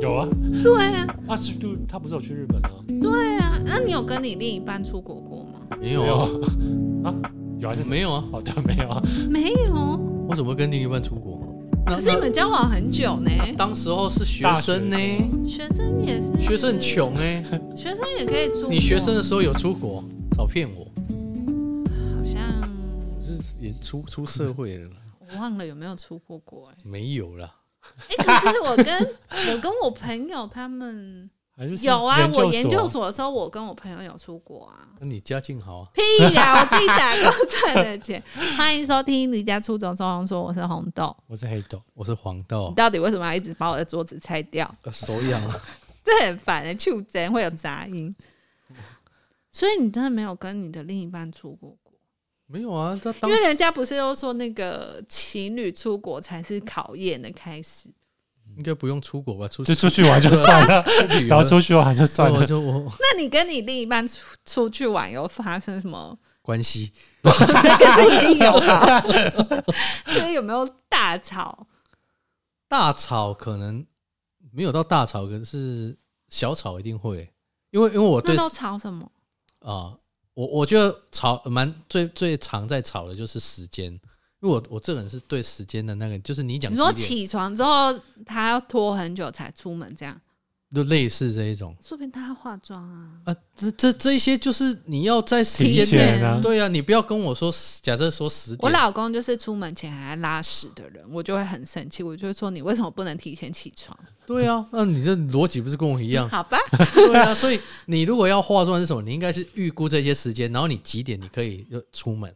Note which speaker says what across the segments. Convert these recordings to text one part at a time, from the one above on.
Speaker 1: 有啊，
Speaker 2: 对啊，
Speaker 1: 啊是就他不是有去日本啊？
Speaker 2: 对啊。那你有跟你另一半出国过吗？
Speaker 3: 没
Speaker 1: 没
Speaker 3: 有
Speaker 1: 有
Speaker 3: 啊，
Speaker 1: 啊，啊有还是
Speaker 3: 没有啊，
Speaker 1: 好的没有啊？
Speaker 2: 没有。
Speaker 3: 我怎么会跟另一半出国？那
Speaker 2: 可是你们交往很久呢，
Speaker 3: 那当时候是学生呢，
Speaker 2: 学生也是，
Speaker 3: 学生很，穷哎，
Speaker 2: 学生也可以出国。
Speaker 3: 你学生的时候有出国，少骗我，
Speaker 2: 好像
Speaker 3: 就是也出出社会了啦，
Speaker 2: 我忘了有没有出过国哎、
Speaker 3: 没有啦。
Speaker 2: 哎、可是我跟 我跟我朋友他们
Speaker 1: 还是
Speaker 2: 有啊，我研究
Speaker 1: 所
Speaker 2: 所的时候，我跟我朋友有出国啊。
Speaker 3: 那你家境好啊？
Speaker 2: 屁呀！我自己打工赚的 钱。欢迎收听《离家出走》，周红说我是红豆。
Speaker 1: 我是黑豆，
Speaker 3: 我是黄豆
Speaker 2: 你，到底为什么要一直把我的桌子拆掉？
Speaker 3: 呃手痒啊，
Speaker 2: 这很烦的、欸，去真会有杂音。所以你真的没有跟你的另一半出过国，
Speaker 3: 没有啊？他
Speaker 2: 因
Speaker 3: 当
Speaker 2: 为人家不是都说那个情侣出国才是考验的开始。
Speaker 3: 应该不用出国吧？出
Speaker 1: 就出去玩就 算了，
Speaker 3: 去旅
Speaker 1: 只
Speaker 3: 游
Speaker 1: 要出去玩就算
Speaker 3: 啊我
Speaker 1: 了。
Speaker 3: 就 我
Speaker 2: 那你跟你另一半出出去玩有发生什 么？
Speaker 3: 关系
Speaker 2: 那个是一定有 吧？就是有没有大吵？
Speaker 3: 大吵可能没有到大吵，可是小吵一定会，因为因为我
Speaker 2: 那
Speaker 3: 对
Speaker 2: 都
Speaker 3: 啊、
Speaker 2: 吵什么？
Speaker 3: 我我觉得吵蛮最最常在吵的就是时间，因为我我这个人是对时间的那个，就是你讲
Speaker 2: 你说
Speaker 3: 几点
Speaker 2: 起床之后他要拖很久才出门，这样
Speaker 3: 就类似这一种
Speaker 2: 说不定他要化妆啊。
Speaker 3: 啊，这这这一些就是你要在时
Speaker 1: 提
Speaker 3: 间内。
Speaker 1: 前啊，
Speaker 3: 对啊，你不要跟我说，假设说十
Speaker 2: 我
Speaker 3: 点，
Speaker 2: 老公就是出门前还在拉屎的人，我就会很生气，我就会说你为什么不能提前起床？
Speaker 3: 对啊，那你这逻辑不是跟我一 样？
Speaker 2: 好吧，
Speaker 3: 对啊，所以你如果要化妆是什么，你应该是预估这些时间，然后你几点你可以就出门。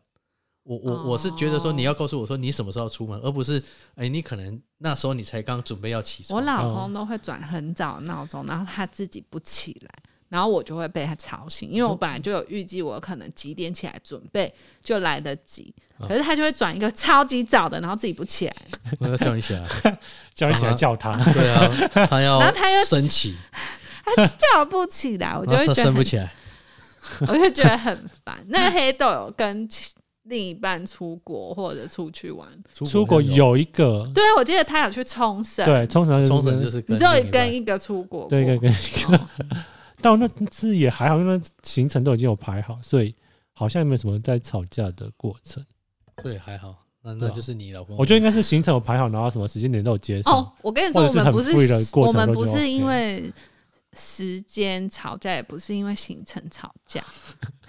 Speaker 3: 我我我是觉得说
Speaker 2: 哦
Speaker 3: 你要告诉我说你什么时候出门，而不是哎、你可能那时候你才刚准备要起
Speaker 2: 我
Speaker 3: 床。
Speaker 2: 老公都会转很早的闹钟，然后他自己不起来。然后我就会被他吵醒，因为我本来就有预计我可能几点起来准备就来得及，
Speaker 3: 嗯
Speaker 2: 可是他就会转一个超级早的，然后自己不起来，
Speaker 3: 我要叫你起来，
Speaker 1: 叫一起来叫他，
Speaker 3: 对啊，他要
Speaker 2: 然后他又
Speaker 3: 升起，
Speaker 2: 他叫不起来，我就会
Speaker 3: 哦他
Speaker 2: 觉
Speaker 3: 升
Speaker 2: 得
Speaker 3: 不
Speaker 2: 很，
Speaker 3: 起来。
Speaker 2: 我就觉得很烦。那黑豆有跟其另一半出国或者出去玩？
Speaker 1: 出国
Speaker 3: 有
Speaker 1: 有一个
Speaker 2: 对啊，我记得他有去冲绳，
Speaker 1: 对冲绳，
Speaker 3: 冲绳就是
Speaker 2: 你
Speaker 3: 跟
Speaker 2: 只有
Speaker 3: 另一
Speaker 2: 跟
Speaker 3: 半
Speaker 2: 一个出国过，
Speaker 1: 对对对，
Speaker 2: 哦
Speaker 1: 但我那次也还好，因为那行程都已经有排好，所以好像也没有什么在吵架的过程。
Speaker 3: 对还好，那
Speaker 1: 对
Speaker 3: 那
Speaker 1: 啊
Speaker 3: 就是你老公。
Speaker 1: 我觉得应该是行程有排好，然后什么时间点都有接上。
Speaker 2: 哦，我跟你说，
Speaker 1: 或
Speaker 2: 我
Speaker 1: 者是
Speaker 2: 们
Speaker 1: 很
Speaker 2: 不
Speaker 1: free 的
Speaker 2: 是
Speaker 1: 过
Speaker 2: 我
Speaker 1: 程
Speaker 2: 们
Speaker 1: 都
Speaker 2: 不
Speaker 1: 就 OK
Speaker 2: 是因为时间吵架，也不是因为行程吵架。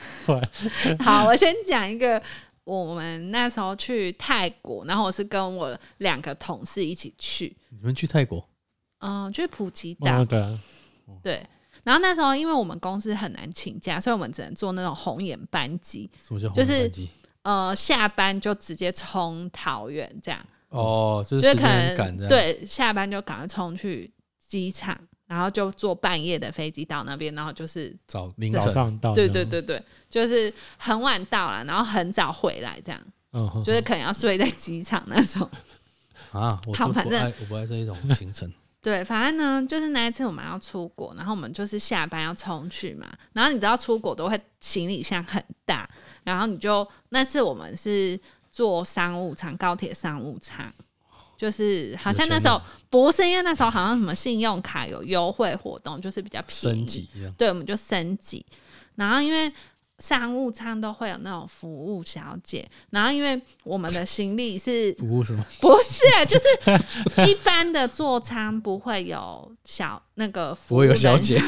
Speaker 2: 好，我先讲一个。我们那时候去泰国，然后我是跟我两个同事一起去，
Speaker 3: 你们去泰国，
Speaker 2: 嗯，去普吉岛，
Speaker 1: 嗯，对啊，
Speaker 2: 对。然后那时候因为我们公司很难请假，所以我们只能坐那种红眼班机，
Speaker 3: 什么叫
Speaker 2: 就是
Speaker 3: 红眼班机
Speaker 2: 呃，下班就直接冲桃园这样，
Speaker 3: 哦，就
Speaker 2: 就是是
Speaker 3: 时
Speaker 2: 可
Speaker 3: 间赶这样。，
Speaker 2: 能对下班就赶快冲去机场，然后就坐半夜的飞机到那边，然后就是
Speaker 3: 早凌
Speaker 1: 早
Speaker 3: 晨
Speaker 1: 上到。
Speaker 2: 对对，对对，就是很晚到了，然后很早回来这样，
Speaker 1: 嗯哼，
Speaker 3: 哦
Speaker 2: 就是可能要睡在机场那种。
Speaker 3: 啊，我
Speaker 2: 好
Speaker 3: 都
Speaker 2: 反
Speaker 3: 不
Speaker 2: 正
Speaker 3: 爱，我不爱这一种行 程。
Speaker 2: 对，反正呢，就是那一次我们要出国，然后我们就是下班要冲去嘛。然后你知道出国都会行李箱很大，然后你就那次我们是坐商务舱，高铁商务舱，就是好像那时候不是因为那时候好像什么信用卡有优惠活动，就是比较便宜，
Speaker 3: 升级一样，
Speaker 2: 对，我们就升级。然后因为商务舱都会有那种服务小姐，然后因为我们的行李是
Speaker 3: 服务什么？
Speaker 2: 不是啊，就是一般的座舱不会有小那个服
Speaker 3: 不
Speaker 2: 务
Speaker 3: 会有
Speaker 2: 人
Speaker 3: 小姐，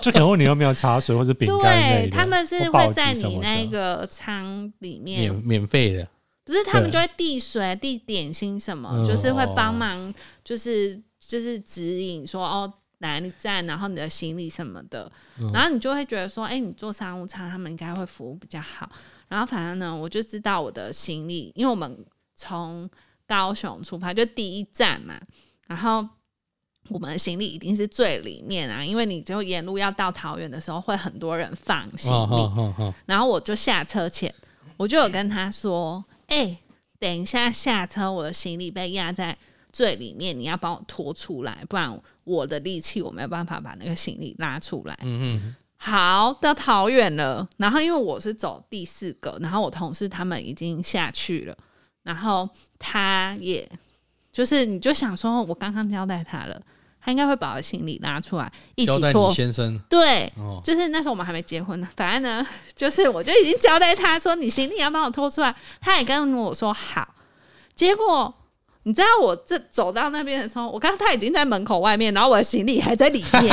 Speaker 1: 就可能问你有没有茶水或者饼干类
Speaker 2: 对
Speaker 1: 的，
Speaker 2: 他们是
Speaker 1: 或报
Speaker 2: 会
Speaker 1: 纸
Speaker 2: 在
Speaker 1: 什
Speaker 2: 你
Speaker 1: 么的
Speaker 2: 那个舱里
Speaker 3: 免
Speaker 2: 面，
Speaker 3: 免费的，
Speaker 2: 不是他们就
Speaker 1: 对
Speaker 2: 会递水、递点心什么，
Speaker 1: 嗯
Speaker 2: 就是会帮忙，就是就是指引说哦。哪里站，然后你的行李什么的，
Speaker 3: 嗯
Speaker 2: 然后你就会觉得说，哎、你坐商务舱，他们应该会服务比较好。然后反正呢，我就知道我的行李，因为我们从高雄出发就第一站嘛，然后我们的行李一定是最里面啊，因为你就沿路要到桃园的时候，会很多人放行李。
Speaker 3: 哦哦哦哦，
Speaker 2: 然后我就下车前，我就有跟他说：“哎、等一下下车，我的行李被压在最里面，你要帮我拖出来，不然我的力气我没有办法把那个行李拉出来。”
Speaker 3: 嗯
Speaker 2: 好，到桃园了。然后因为我是走第四个，然后我同事他们已经下去了，然后他也就是你就想说，我刚刚交代他了，他应该会把我的行李拉出来一
Speaker 3: 交
Speaker 2: 起
Speaker 3: 代
Speaker 2: 拖
Speaker 3: 你。先生
Speaker 2: 对，
Speaker 3: 哦，
Speaker 2: 就是那时候我们还没结婚呢， 反正呢，就是我就已经交代他说你行李要帮我拖出来，他也跟我说好。结果你知道我这走到那边的时候，我看到他已经在门口外面，然后我的行李还在里面，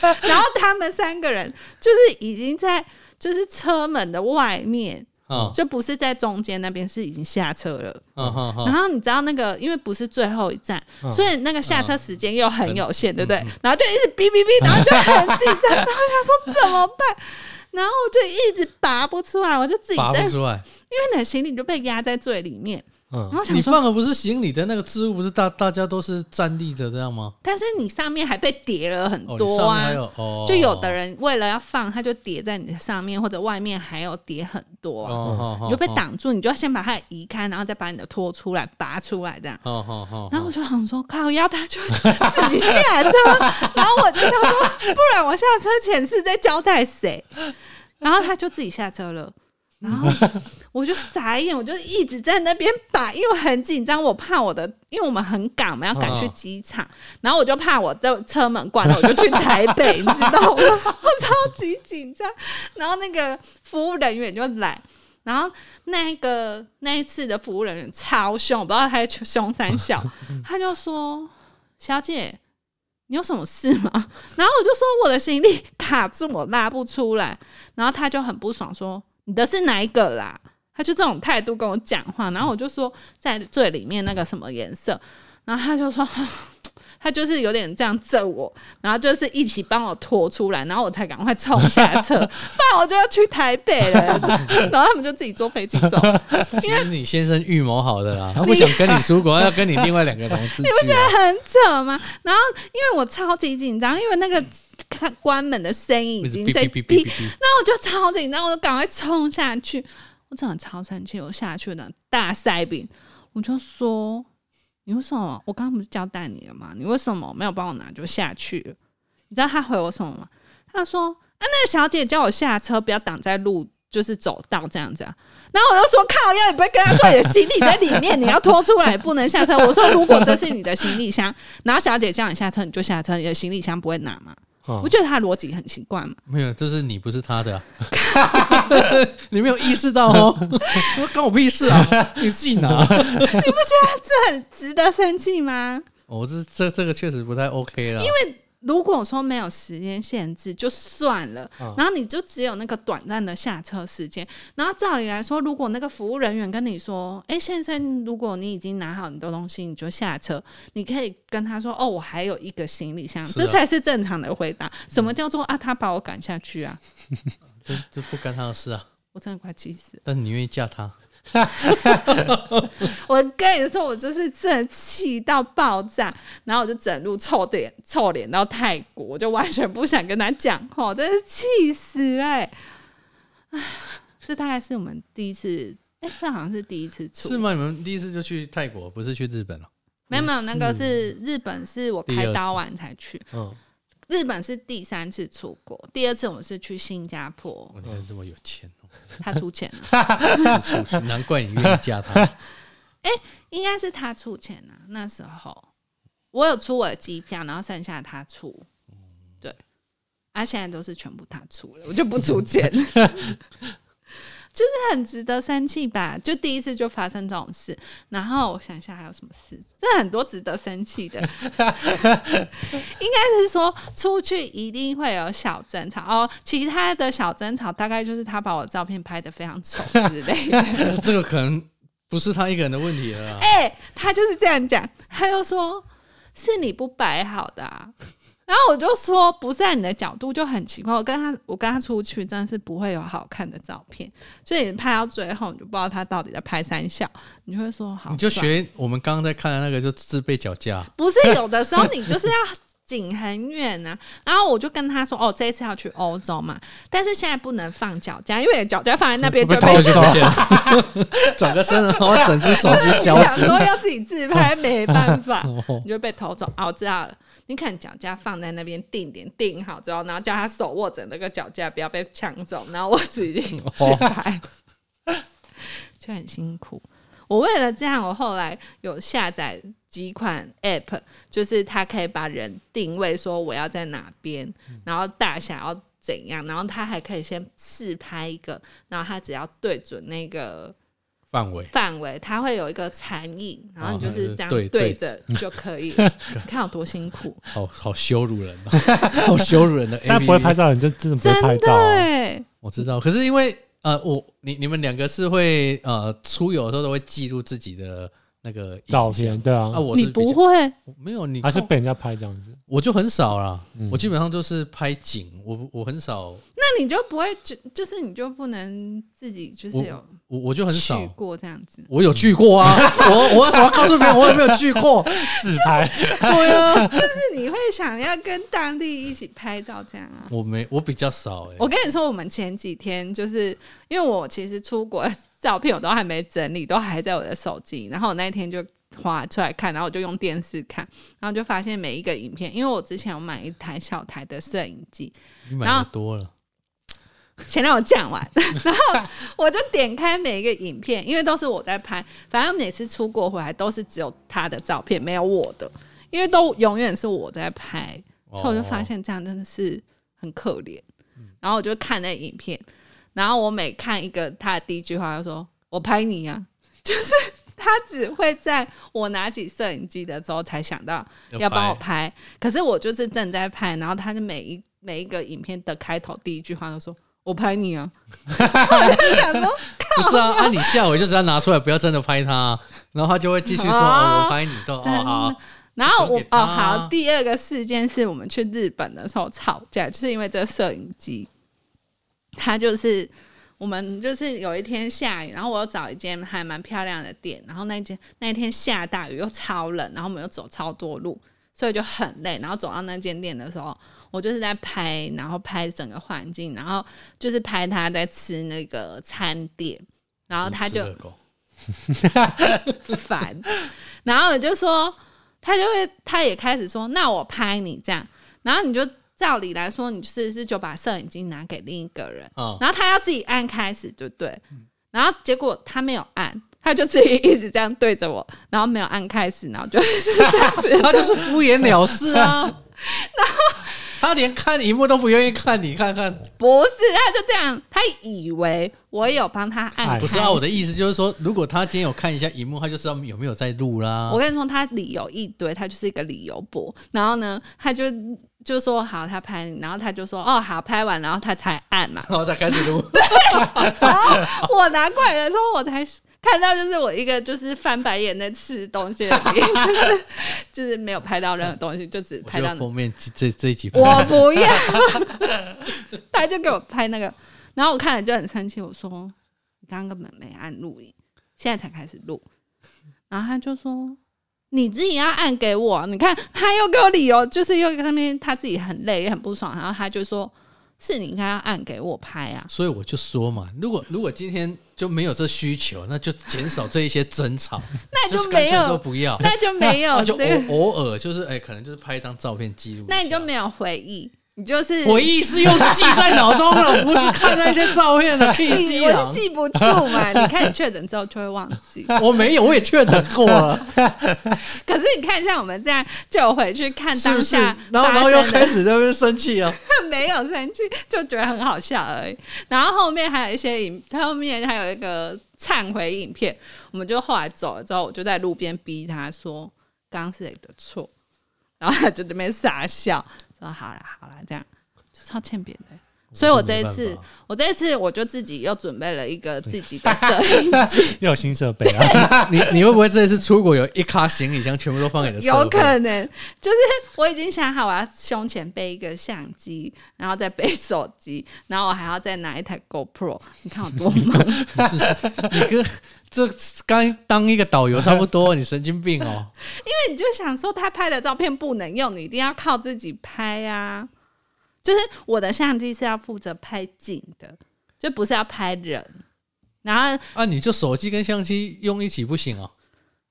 Speaker 2: 然后他们三个人就是已经在就是车门的外面，
Speaker 3: 嗯
Speaker 2: 就不是在中间那边，是已经下车了。
Speaker 3: 嗯嗯嗯，
Speaker 2: 然后你知道那个，因为不是最后一站，
Speaker 1: 嗯
Speaker 2: 所以那个下车时间又很有限，对不对
Speaker 3: 嗯嗯？
Speaker 2: 然后就一直哔哔哔，然后就很紧张，然后想说怎么办？然后我就一直拔不出来，我就自己
Speaker 3: 拔
Speaker 2: 在，因
Speaker 3: 不
Speaker 2: 为
Speaker 3: 出来，
Speaker 2: 你的行李就被压在最里面。然
Speaker 1: 嗯，
Speaker 2: 后想
Speaker 3: 你
Speaker 2: 说，
Speaker 3: 放的不是行李的那个置物，不是大大家都是站立着这样吗？
Speaker 2: 但是你上面还被叠了很
Speaker 3: 哦，你
Speaker 2: 多
Speaker 3: 上面
Speaker 2: 啊
Speaker 3: 还，有哦，
Speaker 2: 就有的人为了要放，他就叠在你的上面，或者外面还有叠很多啊，
Speaker 3: 哦，哦
Speaker 2: 你就被，挡住，你就要先把它移开，然后再把你的拖出来拔出来，这样。
Speaker 3: 哦哦哦，
Speaker 2: 然后我就想说，靠腰，他就 自己下车。然后我就想说，不然我下车前是在交代谁？然后他就自己下车了。然后我就傻眼，我就一直在那边摆，因为我很紧张，我怕我的，因为我们很赶，我们要赶去
Speaker 3: 嗯
Speaker 2: 机场，然后我就怕我的车门关了，我就去台北，你知道吗？ 我超级紧张。然后那个服务人员就来，然后那个那一次的服务人员超凶，我不知道他在凶三小，他就说：“小姐，你有什么事吗？” 然后我就说：“我的行李卡住，我拉不出来。”然后他就很不爽说：“你的是哪一个啦？”他就这种态度跟我讲话，然后我就说在最里面那个什么颜色，然后他就说。 他就是有点这样揍我，然后就是一起帮我拖出来，然后我才赶快冲下 车，不然我就要去台北了。 然后他们就自己坐飞机 走，
Speaker 3: 其实你先生预谋好的 啦，他不想跟你出国，他要跟你另外两个同事去啊。你不觉得
Speaker 2: 很扯吗？然后因为我超级紧张，因为那个看关门的声音已经在
Speaker 3: 哔哔哔哔
Speaker 2: 哔，
Speaker 3: 哔
Speaker 2: 那我就超紧张，我就赶快冲下去，我真的超生气，我下去了大塞饼，我就说你为什么？我刚刚不是交代你了吗？你为什么没有帮我拿就下去了？你知道他回我什么吗？他说啊，那个小姐叫我下车，不要挡在路。就是走道这样子啊，然后我就说靠，要你不会跟他说你的行李在里面，你要拖出来，不能下车。我说如果这是你的行李箱，然后小姐叫你下车，你就下车，你的行李箱不会拿吗？
Speaker 1: 嗯
Speaker 2: 我觉得他的逻辑很奇怪嘛。
Speaker 3: 没有，这是你不是他 的啊、 你没有意识到哦，关我屁事啊， 你自己拿。
Speaker 2: 这很值得生气吗？
Speaker 3: 我、这这这个确实不太 OK 了，因为
Speaker 2: 如果说没有时间限制就算了，
Speaker 3: 啊
Speaker 1: 嗯
Speaker 2: 然后你就只有那个短暂的下车时间。然后照理来说，如果那个服务人员跟你说：“哎，先生，如果你已经拿好你的东西，你就下车。”你可以跟他说：“哦，我还有一个行李箱。
Speaker 3: 是啊
Speaker 2: 这才是正常的回答。什么叫做啊？他把我赶下去啊！
Speaker 3: 这这不干他的事啊。
Speaker 2: 我真的快气死了！
Speaker 3: 但你愿意嫁他，
Speaker 2: 我跟你说，我就是真的气到爆炸，然后我就整路臭脸臭脸到泰国，我就完全不想跟他讲话，真是气死哎、欸！唉这大概是我们第一次，哎、这好像是第一次出，
Speaker 3: 是？吗？你们第一次就去泰国，不是去日本了、哦
Speaker 2: 没有没有，
Speaker 1: 不
Speaker 2: 那
Speaker 1: 是
Speaker 2: 个是日本，是我开刀完才去。
Speaker 1: 嗯，
Speaker 2: 日本是第三次出国，第二次我们是去新加坡，
Speaker 3: 我你看这么有钱哦，
Speaker 2: 他出钱了，
Speaker 3: 四处去，难怪你愿意嫁他。
Speaker 2: 应该是他出钱啊。那时候我有出我的机票，然后剩下他出，对，啊，现在都是全部他出了，我就不出钱，就是很值得生气吧？就第一次就发生这种事，然后我想一下还有什么事，这很多值得生气的，应该是说出去一定会有小争吵哦，其他的小争吵大概就是他把我的照片拍得非常丑之类的。
Speaker 3: 这个可能不是他一个人的问题了啊啦。
Speaker 2: 哎、他就是这样讲，他就说是你不摆好的、啊。然后我就说，不是啊你的角度就很奇怪。我跟他，我跟他出去，真的是不会有好看的照片。所以你拍到最后，你就不知道他到底在拍三笑，你就会说好。
Speaker 3: 你就
Speaker 2: 算了
Speaker 3: 学我们刚刚在看的那个，就自备脚架。
Speaker 2: 不是有的时候你就是要紧很远啊。然后我就跟他说，哦，这一次要去欧洲嘛，但是现在不能放脚架，因为脚架放在 那边就
Speaker 3: 被
Speaker 2: 会
Speaker 3: 偷
Speaker 2: 被
Speaker 3: 去发现， 转个身，然后整只手机消
Speaker 2: 想
Speaker 3: 失。
Speaker 2: 说要自己自拍，没 办法。
Speaker 3: 哦
Speaker 2: 你就会被偷走。哦，我知道了，你可能脚架放在那边定点定好之后，然后叫他手握着那个脚架，不要被抢走，然后我自己去拍，就很辛苦。我为了这样，我后来有下载几款 App，就是它可以把人定位，说我要在哪边，然后大小要怎样，然后它还可以先试拍一个，然后它只要对准那个
Speaker 3: 范围
Speaker 2: 范围，它会有一个残影，然后你就是这样
Speaker 3: 啊对
Speaker 2: 对
Speaker 3: 对
Speaker 2: 着就可以 了。你看有多辛苦，
Speaker 3: 好好羞辱人、 哦，好羞辱人的 APP。
Speaker 1: 但不会拍，照，你就真的不会拍照、啊。
Speaker 2: 对，
Speaker 3: 我知道。可是因为呃，我你你们两个是会呃出游的时候都会记录自己的那个影
Speaker 1: 照
Speaker 3: 像
Speaker 1: 片对啊
Speaker 3: 啊，，我
Speaker 2: 你
Speaker 3: 是比
Speaker 2: 不
Speaker 3: 较
Speaker 2: 会
Speaker 3: 没有你
Speaker 1: 还是
Speaker 3: 看
Speaker 1: 被人家拍这样子，
Speaker 3: 我就很少啦，
Speaker 1: 嗯
Speaker 3: 我基本上都是拍景，我我很少，
Speaker 2: 那你就不会就就是你就不能自己就是
Speaker 3: 我
Speaker 2: 有
Speaker 3: 我我就很少
Speaker 2: 去，过这样子，
Speaker 3: 我有去过 啊，我我有什么告诉别人我有没有去过？
Speaker 1: 自拍。
Speaker 3: 对啊，
Speaker 2: 就是你会想要跟当地一起拍照这样啊。
Speaker 3: 我没我比较少哎、
Speaker 2: 我跟你说，我们前几天就是因为我其实出国的照片我都还没整理，都还在我的手机。然后我那一天就划出来看，然后我就用电视看，然后就发现每一个影片，因为我之前有买一台小台的摄影机，
Speaker 3: 你买
Speaker 2: 然后
Speaker 3: 的多了，
Speaker 2: 先让我讲完， 然后我就点开每一个影片，因为都是我在拍，反正每次出国回来都是只有他的照片，没有我的，因为都永远是我在拍，所以我就发现这样真的是很可怜。然后我就看那影片，然后我每看一个，他的第一句话就说：“我拍你啊！”就是他只会在我拿起摄影机的时候才想到
Speaker 3: 要
Speaker 2: 要帮我
Speaker 3: 拍
Speaker 2: 拍，可是我就是正在拍，然后他就每一每一个影片的开头第一句话都说。我拍你啊！我就想说，
Speaker 3: 不是啊，那、你下回就只要拿出来，不要真的拍他啊，然后他就会继续 说、
Speaker 2: 啊
Speaker 3: 哦，我拍你都哦
Speaker 2: 真的
Speaker 3: 好，
Speaker 2: 然后
Speaker 3: 就
Speaker 2: 我
Speaker 3: 给他
Speaker 2: 哦
Speaker 3: 啊
Speaker 2: 好，第二个事件是我们去日本的时候吵架，就是因为这个摄影机，它就是我们就是有一天下雨，然后我又找一间还蛮漂亮的店，然后那间那一天下大雨又超冷，然后我们又走超多路，所以就很累。然后走到那间店的时候，我就是在拍，然后拍整个环境，然后就是拍他在吃那个餐点，然后他就
Speaker 3: 你吃热狗
Speaker 2: 烦。然后我就说，他就会，他也开始说，那我拍你这样。然后你就照理来说，你是不是就把摄影机拿给另一个人？
Speaker 3: 嗯
Speaker 2: 然后他要自己按开始，对不对？然后结果他没有按，他就自己一直这样对着我，然后没有按开始，然后就是 这样子。
Speaker 3: 他就是敷衍了事啊， 然后他连看荧幕都不愿意看，你看看，
Speaker 2: 不是，他就这样，他以为我有帮他按开
Speaker 1: 哎
Speaker 2: 始。
Speaker 3: 不是啊，我的意思就是说，如果他今天有看一下荧幕，他就知道有没有在录啦。
Speaker 2: 我。跟你说，他理由一堆，他就是一个理由博。然后呢，他就就说好，他拍你，然后他就说哦好，拍完，然后他才按嘛
Speaker 3: 然后再开始 录，
Speaker 2: 我拿过来的时候，我才看到就是我一个就是翻白眼在吃东西的脸，就是就是没有拍到任何东西，就只
Speaker 3: 我
Speaker 2: 拍
Speaker 3: 觉
Speaker 2: 到
Speaker 3: 得
Speaker 2: 那。
Speaker 3: 封面这这一 集，
Speaker 2: 我不要，他就给我拍那个，然后我看了就很生气，我说你刚刚根本没按录影，现在才开始录，然后他就说你自己要按给我，你看他又给我理由，就是又跟那边他自己很累也很不爽，然后他就说是你应该要按给我拍啊，
Speaker 3: 所以我就说嘛，如果如果今天就没有这需求，那就减少这一些争吵，
Speaker 2: 那
Speaker 3: 就
Speaker 2: 哎就是
Speaker 3: 干
Speaker 2: 没
Speaker 3: 脆都
Speaker 2: 有，
Speaker 3: 不要，
Speaker 2: 那就没有
Speaker 3: 那就哦
Speaker 2: 对，
Speaker 3: 偶偶尔就是哎、可能就是拍一张照片记录一下。
Speaker 2: 那你就没有回忆，你就是
Speaker 3: 回忆是又记在脑中了，不是看那些照片 的 K
Speaker 2: 你
Speaker 3: C
Speaker 2: 我就
Speaker 3: 啊。
Speaker 2: 记不住 嘛，你看你确诊之后就会忘记。
Speaker 3: 我没有，我也确诊过 了，
Speaker 2: 可是你看，像我们这样就有回去看
Speaker 3: 是
Speaker 2: 当
Speaker 3: 不是
Speaker 2: 下？
Speaker 3: 然后
Speaker 2: 发
Speaker 3: 然
Speaker 2: 生
Speaker 3: 后
Speaker 2: 的，
Speaker 3: 又开始在那边生气啊，
Speaker 2: 没有生气，就觉得很好笑而已。然后后面还有一些影，后面还有一个忏悔影片，我们就后来走了之后，我就在路边逼他说：“刚刚是谁的错？”然后他就在那边傻笑，说：“好啦好啦，这样就超欠扁的。”所以我这一次，我这一次我就自己又准备了一个自己的摄影
Speaker 1: 又有新设备 啊，
Speaker 3: 你你会不会这一次出国有一卡行李箱全部都放给你的设备？
Speaker 2: 有可能，就是我已经想好我要胸前背一个相机，然后再背手机，然后我还要再拿一台 GoPro。你看我多忙，
Speaker 3: 不是你跟这刚当一个导游差不多，你神经病哦！
Speaker 2: 那你就想说他拍的照片不能用，你一定要靠自己拍呀、就是我的相机是要负责拍景的，就不是要拍人。然后
Speaker 3: 啊，你就手机跟相机用一起不行哦。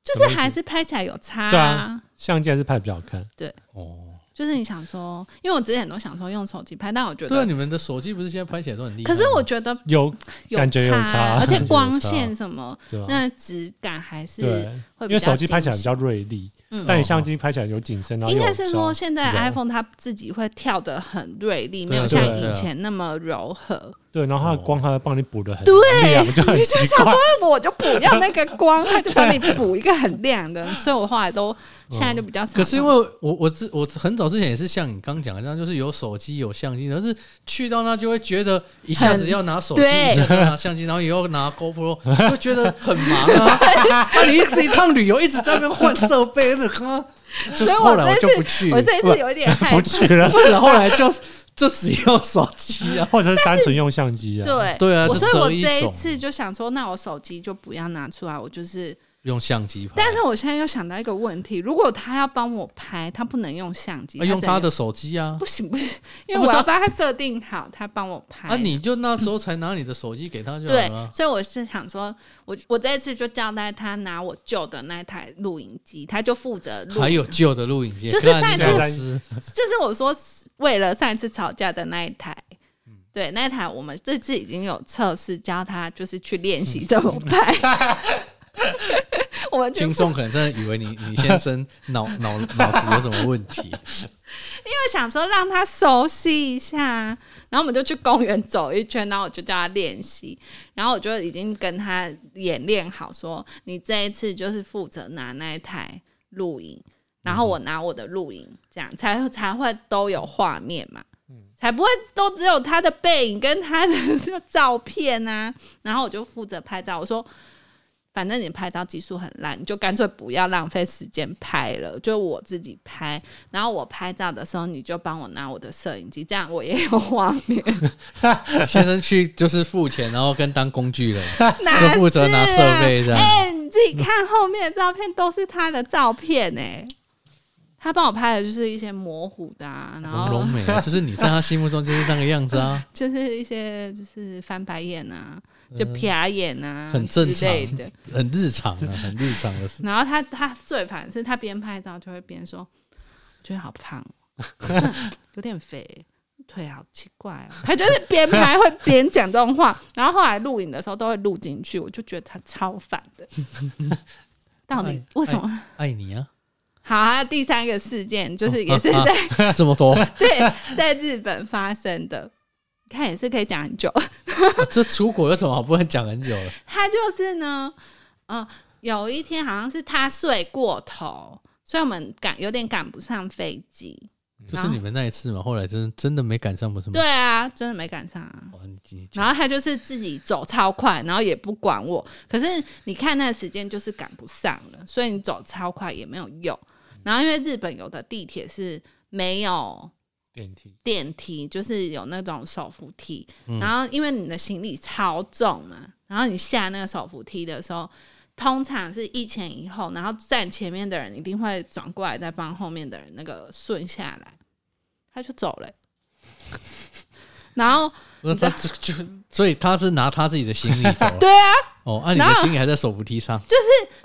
Speaker 2: 就是还是拍起来有差、
Speaker 1: 对啊，相机还是拍比较好看。
Speaker 3: 哦，
Speaker 2: 就是你想说，因为我之前都想说用手机拍，但我觉
Speaker 3: 对啊，
Speaker 2: 得，
Speaker 3: 你们的手机不是现在拍起来都很厉害吗？
Speaker 2: 可是我觉得
Speaker 1: 有啊感觉有
Speaker 2: 差，啊
Speaker 1: 差
Speaker 2: 而且光
Speaker 3: 感觉有
Speaker 2: 线
Speaker 3: 差
Speaker 2: 什么
Speaker 1: 对吧？
Speaker 2: 那质感还是
Speaker 1: 嗯对，
Speaker 2: 会比较
Speaker 1: 因为手机拍起来
Speaker 2: 精
Speaker 1: 比较锐利，
Speaker 2: 细嗯
Speaker 1: 但你相机拍起来有景深，然后
Speaker 2: 应
Speaker 1: 又
Speaker 2: 该
Speaker 1: 有
Speaker 2: 是
Speaker 1: 照
Speaker 2: 说，现在
Speaker 1: 你知道吗
Speaker 2: iPhone 它自己会跳得很锐利，
Speaker 3: 对啊
Speaker 2: 没有
Speaker 1: 对
Speaker 2: 像
Speaker 1: 啊
Speaker 3: 对啊
Speaker 2: 以前那么柔和。
Speaker 1: 对，然后它的光它帮你补的很
Speaker 2: 对
Speaker 1: 亮，就很
Speaker 2: 你就
Speaker 1: 奇
Speaker 2: 想
Speaker 1: 怪
Speaker 2: 说。 我就不要那个光，它就帮你补一个很亮 的，所以我后来都现在就比较
Speaker 1: 嗯
Speaker 2: 少。
Speaker 3: 可是因为我我之我很早之前也是像你刚讲的那样，就是有手机有相机，但是去到那就会觉得一下子
Speaker 2: 很
Speaker 3: 要拿手机，
Speaker 2: 对
Speaker 3: 一下子要拿相机，然后也要拿 GoPro，就觉得很忙 啊。那你一直一趟旅游一直在那边换设备，那刚就
Speaker 2: 所以
Speaker 3: 是
Speaker 2: 我
Speaker 3: 后来我
Speaker 2: 这
Speaker 3: 就
Speaker 2: 次
Speaker 3: 不去，
Speaker 2: 我这一
Speaker 3: 不
Speaker 2: 次有一点害
Speaker 1: 不
Speaker 2: 怕，
Speaker 1: 去 了，
Speaker 3: 不是啊后来就就只用手机啊。
Speaker 1: 或者是单纯用相机啊。，
Speaker 2: 对
Speaker 3: 对啊
Speaker 2: 我
Speaker 3: 就
Speaker 2: 所以我
Speaker 3: 只有一
Speaker 2: 这一
Speaker 3: 种
Speaker 2: 次就想说，那我手机就不要拿出来，我就是。
Speaker 3: 用相机拍，
Speaker 2: 但是我现在又想到一个问题，如果他要帮我拍，他不能用相机，
Speaker 1: 哦
Speaker 3: 啊用
Speaker 2: 只
Speaker 3: 他
Speaker 2: 能
Speaker 3: 的手机啊，
Speaker 2: 不行不行，因
Speaker 3: 啊
Speaker 2: 为
Speaker 3: 不
Speaker 2: 我
Speaker 3: 是啊
Speaker 2: 要帮他设定好，他帮我拍。
Speaker 3: 啊你就那时候才拿你的手机给他就好
Speaker 2: 对
Speaker 3: 了啊，。
Speaker 2: 所以我是想说，我我这一次就交代他拿我旧的那台录影机，他就负责录
Speaker 3: 还，有旧的录影机，
Speaker 2: 就是
Speaker 3: 看
Speaker 2: 上一
Speaker 3: 你
Speaker 1: 次
Speaker 3: 老师
Speaker 2: 就是我说为了上一次吵架的那一台。
Speaker 3: 嗯
Speaker 2: 对，那一台我们这次已经有测试，教他就是去练
Speaker 3: 嗯
Speaker 2: 习怎么拍。 我们去
Speaker 3: 听众可能真的以为你 你先生脑脑脑子有什么问题，
Speaker 2: 就想说让他熟悉一下，然后我们就去公园走一圈，然后我就叫他练习，然后我就已经跟他演练好说，你这一次就是负责拿那一台录影，然后我拿我的录影，这样才才会都有画面嘛。才不会都只有他的背影跟他的 照片啊，然后我就负责拍照。我说，反正你拍照技术很烂，你就干脆不要浪费时间拍了，就我自己拍。然后我拍照的时候，你就帮我拿我的摄影机，这样我也有画 面。
Speaker 3: 先生去就是付钱，然后跟当工具人，
Speaker 2: 哪
Speaker 3: 就负责拿设备这
Speaker 2: 是啊
Speaker 3: 样
Speaker 2: 哎、你自己看后面的照片都是他的照片哎、他帮我拍的就是一些模糊的、啊，然
Speaker 3: 朦
Speaker 2: 后
Speaker 3: 胧美啊，就是你在他心目中就是那个样子啊，
Speaker 2: 就是一些就是翻白眼啊，就瞟眼啊，
Speaker 3: 嗯很正
Speaker 2: 之
Speaker 3: 常
Speaker 2: 类的。，
Speaker 3: 很日常啊，很日常的事。
Speaker 2: 然后他他最烦的是他边拍照就会边说，觉得好胖、哦， 有点肥，腿好奇怪哦。他就是边拍会边讲这种话，然后后来录影的时候都会录进去，我就觉得他超烦的。到底为什么？
Speaker 3: 爱你啊，
Speaker 2: 好，还有第三个事件就是也是
Speaker 3: 啊啊
Speaker 2: 在、
Speaker 3: 这么多，
Speaker 2: 对在日本发生的，他也是可以讲很久。
Speaker 3: 这出国有什么好不能讲很久 了？
Speaker 2: 他就是呢，嗯、有一天好像是他睡过头，所以我们赶有点赶不上飞机。
Speaker 3: 就是你们那一次嘛，后来真真的没赶上，不是吗？
Speaker 2: 对啊，真的没赶上啊。
Speaker 3: 哇，你你
Speaker 2: 然后他就是自己走超快，然后也不管我。可是你看那个时间就是赶不上了，所以你走超快也没有用。然后因为日本有的地铁是没有
Speaker 1: 电梯
Speaker 2: 电梯，就是有那种手扶梯。然后因为你的行李超重嘛，然后你下那个手扶梯的时候，通常是一前一后，然后站前面的人一定会转过来再帮后面的人那个顺下来，他就走了欸、 然后
Speaker 3: 那他就就 所以他是拿他自己的行李走了
Speaker 2: 对啊，
Speaker 3: 哦，啊，你的
Speaker 2: 然后
Speaker 3: 行李还在手扶梯上，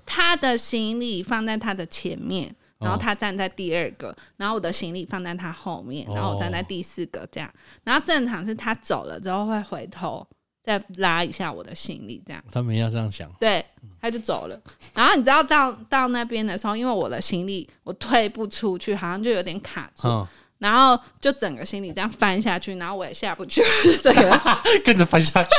Speaker 2: 他的行李放在他的前面，然后
Speaker 3: 哦
Speaker 2: 他站在第二个，然后我的行李放在他后面，
Speaker 3: 哦
Speaker 2: 然后我站在第四个这样。然后正常是他走了之后会回头再拉一下我的行李这样。
Speaker 3: 他们要这样想，
Speaker 2: 对，他就走了。然后你知道到到那边的时候，因为我的行李我退不出去，好像就有点卡住，
Speaker 3: 嗯，
Speaker 2: 然后就整个行李这样翻下去，然后我也下不去，就整个
Speaker 1: 跟着翻下 去，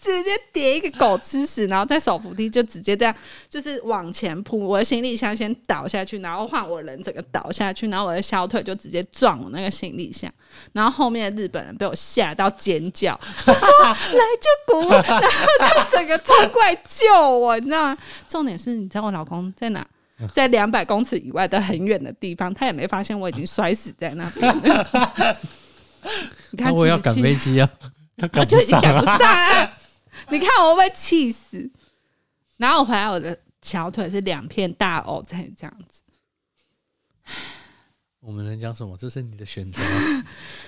Speaker 2: 直接叠一个狗吃屎，然后在手扶梯就直接这样，就是往前扑。我的行李箱先倒下去，然后换我人整个倒下去，然后我的小腿就直接撞我那个行李箱，然后后面的日本人被我吓到尖叫，他 说来就滚，然后就整个冲过来救我，你知道吗？重点是，你知道我老公在哪？
Speaker 3: 嗯
Speaker 2: 在两百公尺以外的很远的地方，他也没发现我已经摔死在那边了。 你
Speaker 3: 那
Speaker 2: 看气不气，
Speaker 3: 我也要赶飞机啊，
Speaker 1: 赶
Speaker 2: 就
Speaker 1: 不
Speaker 2: 已经
Speaker 1: 上啊
Speaker 2: 赶不
Speaker 1: 了。
Speaker 2: 上了。你看我会不会气死？然后我回来，我的小腿是两片大藕才这样子。
Speaker 3: 我们能讲什么？这是你的选择啊，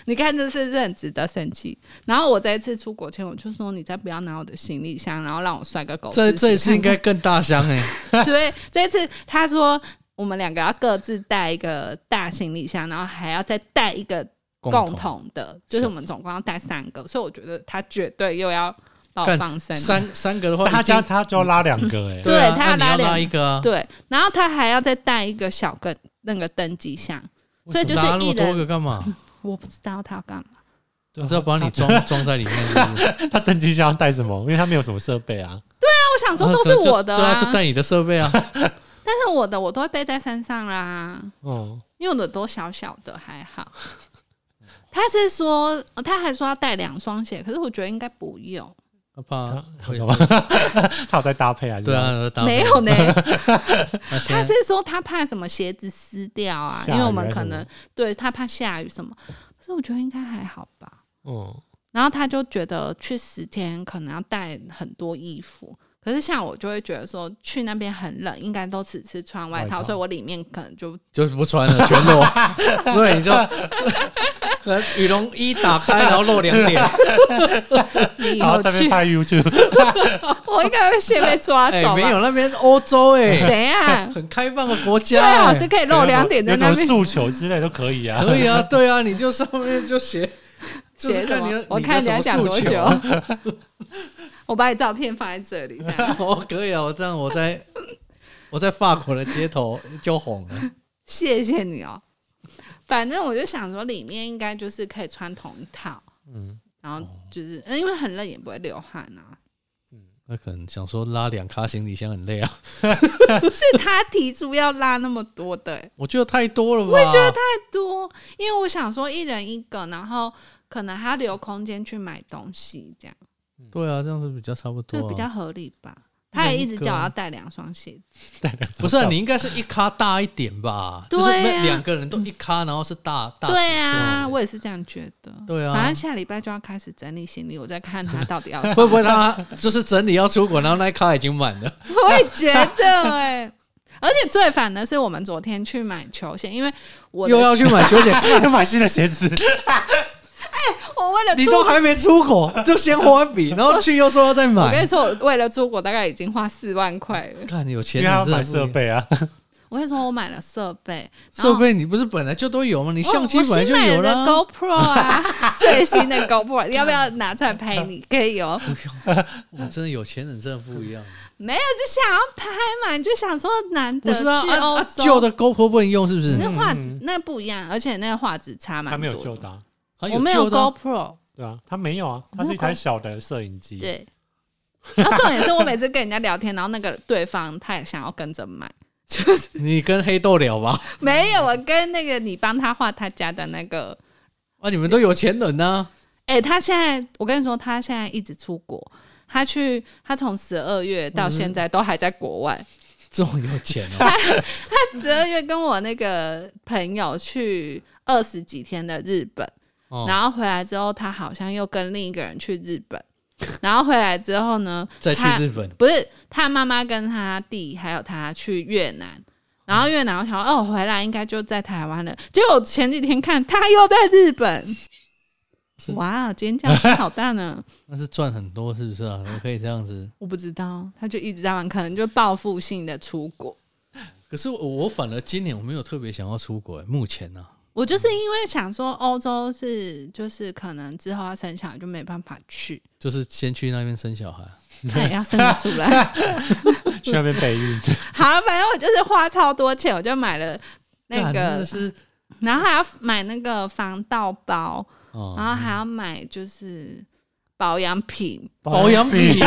Speaker 2: 你看，这是不是很值得生气？然后我这一次出国前，我就说你再不要拿我的行李箱，然后让我摔个狗吃屎。
Speaker 3: 欸 这这一次应该更大箱哎、
Speaker 2: 对，这一次他说我们两个要各自带一个大行李箱，然后还要再带一个
Speaker 3: 共
Speaker 2: 共
Speaker 3: 同
Speaker 2: 同的，就是我们总共要带三个，所以我觉得他绝对又要老
Speaker 3: 干
Speaker 2: 放生。
Speaker 3: 三三个的话，
Speaker 1: 他
Speaker 3: 一定
Speaker 1: 家他就要拉两个哎、
Speaker 3: 对啊，
Speaker 2: 对他
Speaker 3: 那
Speaker 2: 要
Speaker 3: 你要拉
Speaker 2: 拉两
Speaker 3: 一个啊，
Speaker 2: 对，然后他还要再带一个小跟那个登机箱，所以就是
Speaker 3: 拉那
Speaker 2: 一
Speaker 3: 么多
Speaker 2: 人，
Speaker 3: 个干嘛？
Speaker 2: 我不知道他要干嘛。
Speaker 1: 对啊
Speaker 3: 我是要把你装装在里面，是 不是啊
Speaker 1: 他他登机箱要带什么？因为他没有什么设备啊。
Speaker 2: 那我想说都是我的
Speaker 3: 对
Speaker 2: 啊
Speaker 3: 啊，，就带你的设备 啊。
Speaker 2: 但是我的我都会背在身上啦，
Speaker 3: 哦
Speaker 1: 嗯，
Speaker 2: 因为我的都小小的还好。 他是说，呃他还说要带两双鞋，可是我觉得应该不用，
Speaker 3: 啊怕
Speaker 1: 他
Speaker 3: 会
Speaker 1: 好吧，他有在搭配还是？
Speaker 3: 对，啊，搭配
Speaker 2: 没 有呢。
Speaker 3: 那现
Speaker 2: 他
Speaker 3: 在
Speaker 2: 是说他怕什么鞋子湿掉啊，
Speaker 1: 下
Speaker 2: 因
Speaker 1: 雨
Speaker 2: 为我们
Speaker 1: 还是
Speaker 2: 可
Speaker 1: 什么
Speaker 2: 能对他怕下雨什么，可是我觉得应该还好吧。
Speaker 1: 嗯，
Speaker 2: 然后他就觉得去十天可能要带很多衣服，可是像我就会觉得说去那边很冷，应该都只是穿外
Speaker 1: 外
Speaker 2: 套，
Speaker 1: 套
Speaker 2: 所以我里面可能就
Speaker 3: 就是不穿了，全裸。 对，你就可能羽绒衣打开，然后露两 点。
Speaker 2: 你以
Speaker 1: 然
Speaker 2: 后
Speaker 1: 后在那
Speaker 2: 去
Speaker 1: 边，拍 YouTube，
Speaker 2: 我应该会先被抓
Speaker 3: 哎
Speaker 2: 走吧？，
Speaker 3: 没有那边欧洲哎，
Speaker 2: 怎 样？
Speaker 3: 很开放的国
Speaker 2: 最
Speaker 3: 家
Speaker 2: 好
Speaker 3: 哎
Speaker 2: 是，可以露两点在
Speaker 1: 有什
Speaker 2: 那
Speaker 1: 么
Speaker 2: 边。
Speaker 1: 诉求之类都可以啊。
Speaker 3: 可以啊，对啊，你就上面就写，就
Speaker 2: 写
Speaker 3: 是
Speaker 2: 什
Speaker 3: 看你
Speaker 2: 么
Speaker 3: 的？
Speaker 2: 我看
Speaker 3: 你
Speaker 2: 你要
Speaker 3: 的什
Speaker 2: 讲
Speaker 3: 么
Speaker 2: 多
Speaker 3: 诉
Speaker 2: 久
Speaker 3: 求。。啊
Speaker 2: 我把你照片放在这里，这 样
Speaker 3: 我可以啊，我这样我 在我在法国的街头就红了。
Speaker 2: 谢谢你哦。反正我就想说，里面应该就是可以穿同一套，
Speaker 1: 嗯，
Speaker 2: 然后就是、嗯因为很冷也不会流汗啊。
Speaker 3: 那可能想说拉两卡行李箱很累啊，
Speaker 2: 是他提出要拉那么多的、欸
Speaker 3: 我觉得太多了吧？我也觉得太
Speaker 2: 多，因为我想说一人一个，然后可能还要留空间去买东西，这样
Speaker 3: 对啊，这样子比较差不
Speaker 2: 就
Speaker 3: 多、啊，
Speaker 2: 比较合理吧。
Speaker 3: 一人
Speaker 2: 他也一直
Speaker 3: 一个
Speaker 2: 叫我要带两双鞋子，
Speaker 3: 不是、啊、你应该是一咖大一点吧？
Speaker 2: 对啊
Speaker 3: 就是那两个人都一咖，然后是大大尺寸
Speaker 2: 对啊，我也是这样觉得。
Speaker 3: 对
Speaker 2: 反
Speaker 3: 啊
Speaker 2: 正。下礼拜就要开始整理行李，我再看他到 底要。
Speaker 3: 会不会他就是整理要出国，然后那一咖已经满了？
Speaker 2: 我也觉得哎、而且最烦的是我们昨天去买球鞋，因为 我的
Speaker 3: 又要去买球鞋，
Speaker 1: 要买新的 鞋子，
Speaker 2: 我为了
Speaker 3: 你
Speaker 2: 出
Speaker 3: 都还没出国就先花笔，然后去又说要再
Speaker 2: 我跟
Speaker 3: 买
Speaker 2: 你，说，我为了出国大概已经花四万块了。
Speaker 3: 看有钱
Speaker 1: 因为
Speaker 3: 人
Speaker 1: 他要
Speaker 3: 真的
Speaker 1: 买
Speaker 3: 不一样
Speaker 1: 设备啊。
Speaker 2: 我跟你说，我买了设备，然后
Speaker 3: 设备你不是本来就都有吗？你
Speaker 2: 我
Speaker 3: 相机本来就有啊
Speaker 2: 了
Speaker 3: 啦。
Speaker 2: GoPro 啊，最新的 GoPro，要不要拿出来拍你？可 以哦。
Speaker 3: 我真的有钱人真的不一样。
Speaker 2: 没有就想要拍嘛，你就想说难
Speaker 3: 不
Speaker 2: 得
Speaker 3: 是啊
Speaker 2: 去
Speaker 3: 啊，
Speaker 2: 欧
Speaker 3: 啊
Speaker 2: 洲，
Speaker 3: 旧的 GoPro 不能用是不是？
Speaker 2: 那画质
Speaker 1: 嗯
Speaker 2: 那不一样，而且那个画质差蛮
Speaker 1: 他没有
Speaker 2: 多
Speaker 1: 旧
Speaker 2: 的。
Speaker 1: 的啊、
Speaker 3: 还
Speaker 2: 我没有
Speaker 3: 旧的啊
Speaker 2: GoPro，
Speaker 1: 对啊，他没有啊，他是一台小的摄影机。，
Speaker 2: 对。 然后重点是我每次跟人家聊天，然后那个对方他也想要跟着买，就是
Speaker 3: 你跟黑豆聊吧。
Speaker 2: 没有我跟那个你帮他画他家的那个，
Speaker 3: 啊，你们都有钱人啊呐、
Speaker 2: 哎、他现在我跟你说，他现在一直出国，他去他从十二月
Speaker 3: 嗯
Speaker 2: 到现在都还在国外，
Speaker 3: 这种有钱哦、
Speaker 2: 十二月跟我那个朋友去二十几天的日本，
Speaker 3: 哦
Speaker 2: 然后回来之后，他好像又跟另一个人去日本，然后回来之后呢，
Speaker 3: 再去
Speaker 2: 他
Speaker 3: 日本，
Speaker 2: 不是他妈妈跟他弟还有他去越南。然后越南，我想说哦，我回来应该就在台湾了。结果我前几天看他又在日本，
Speaker 3: 是
Speaker 2: 哇，今天声好大呢！
Speaker 3: 那是赚很多是不 是啊？我可以这样子。
Speaker 2: 我不知道，他就一直在玩，可能就报复性的出国。
Speaker 3: 可是我我反而今年我没有特别想要出国、欸目前啊呢、
Speaker 2: 我就是因为想说，欧洲是就是可能之后要生小孩就没办法 去，
Speaker 3: 就是先去那边生小孩。
Speaker 2: 那也要生得出 来。
Speaker 1: 去那边备孕。
Speaker 2: 好，反正我就是花超多钱，我就买了那
Speaker 3: 干啊真
Speaker 2: 个
Speaker 3: 的，是
Speaker 2: 然后还要买那个防盗包，
Speaker 3: 哦，
Speaker 2: 然后还要买就是保养品。
Speaker 3: 保养 品，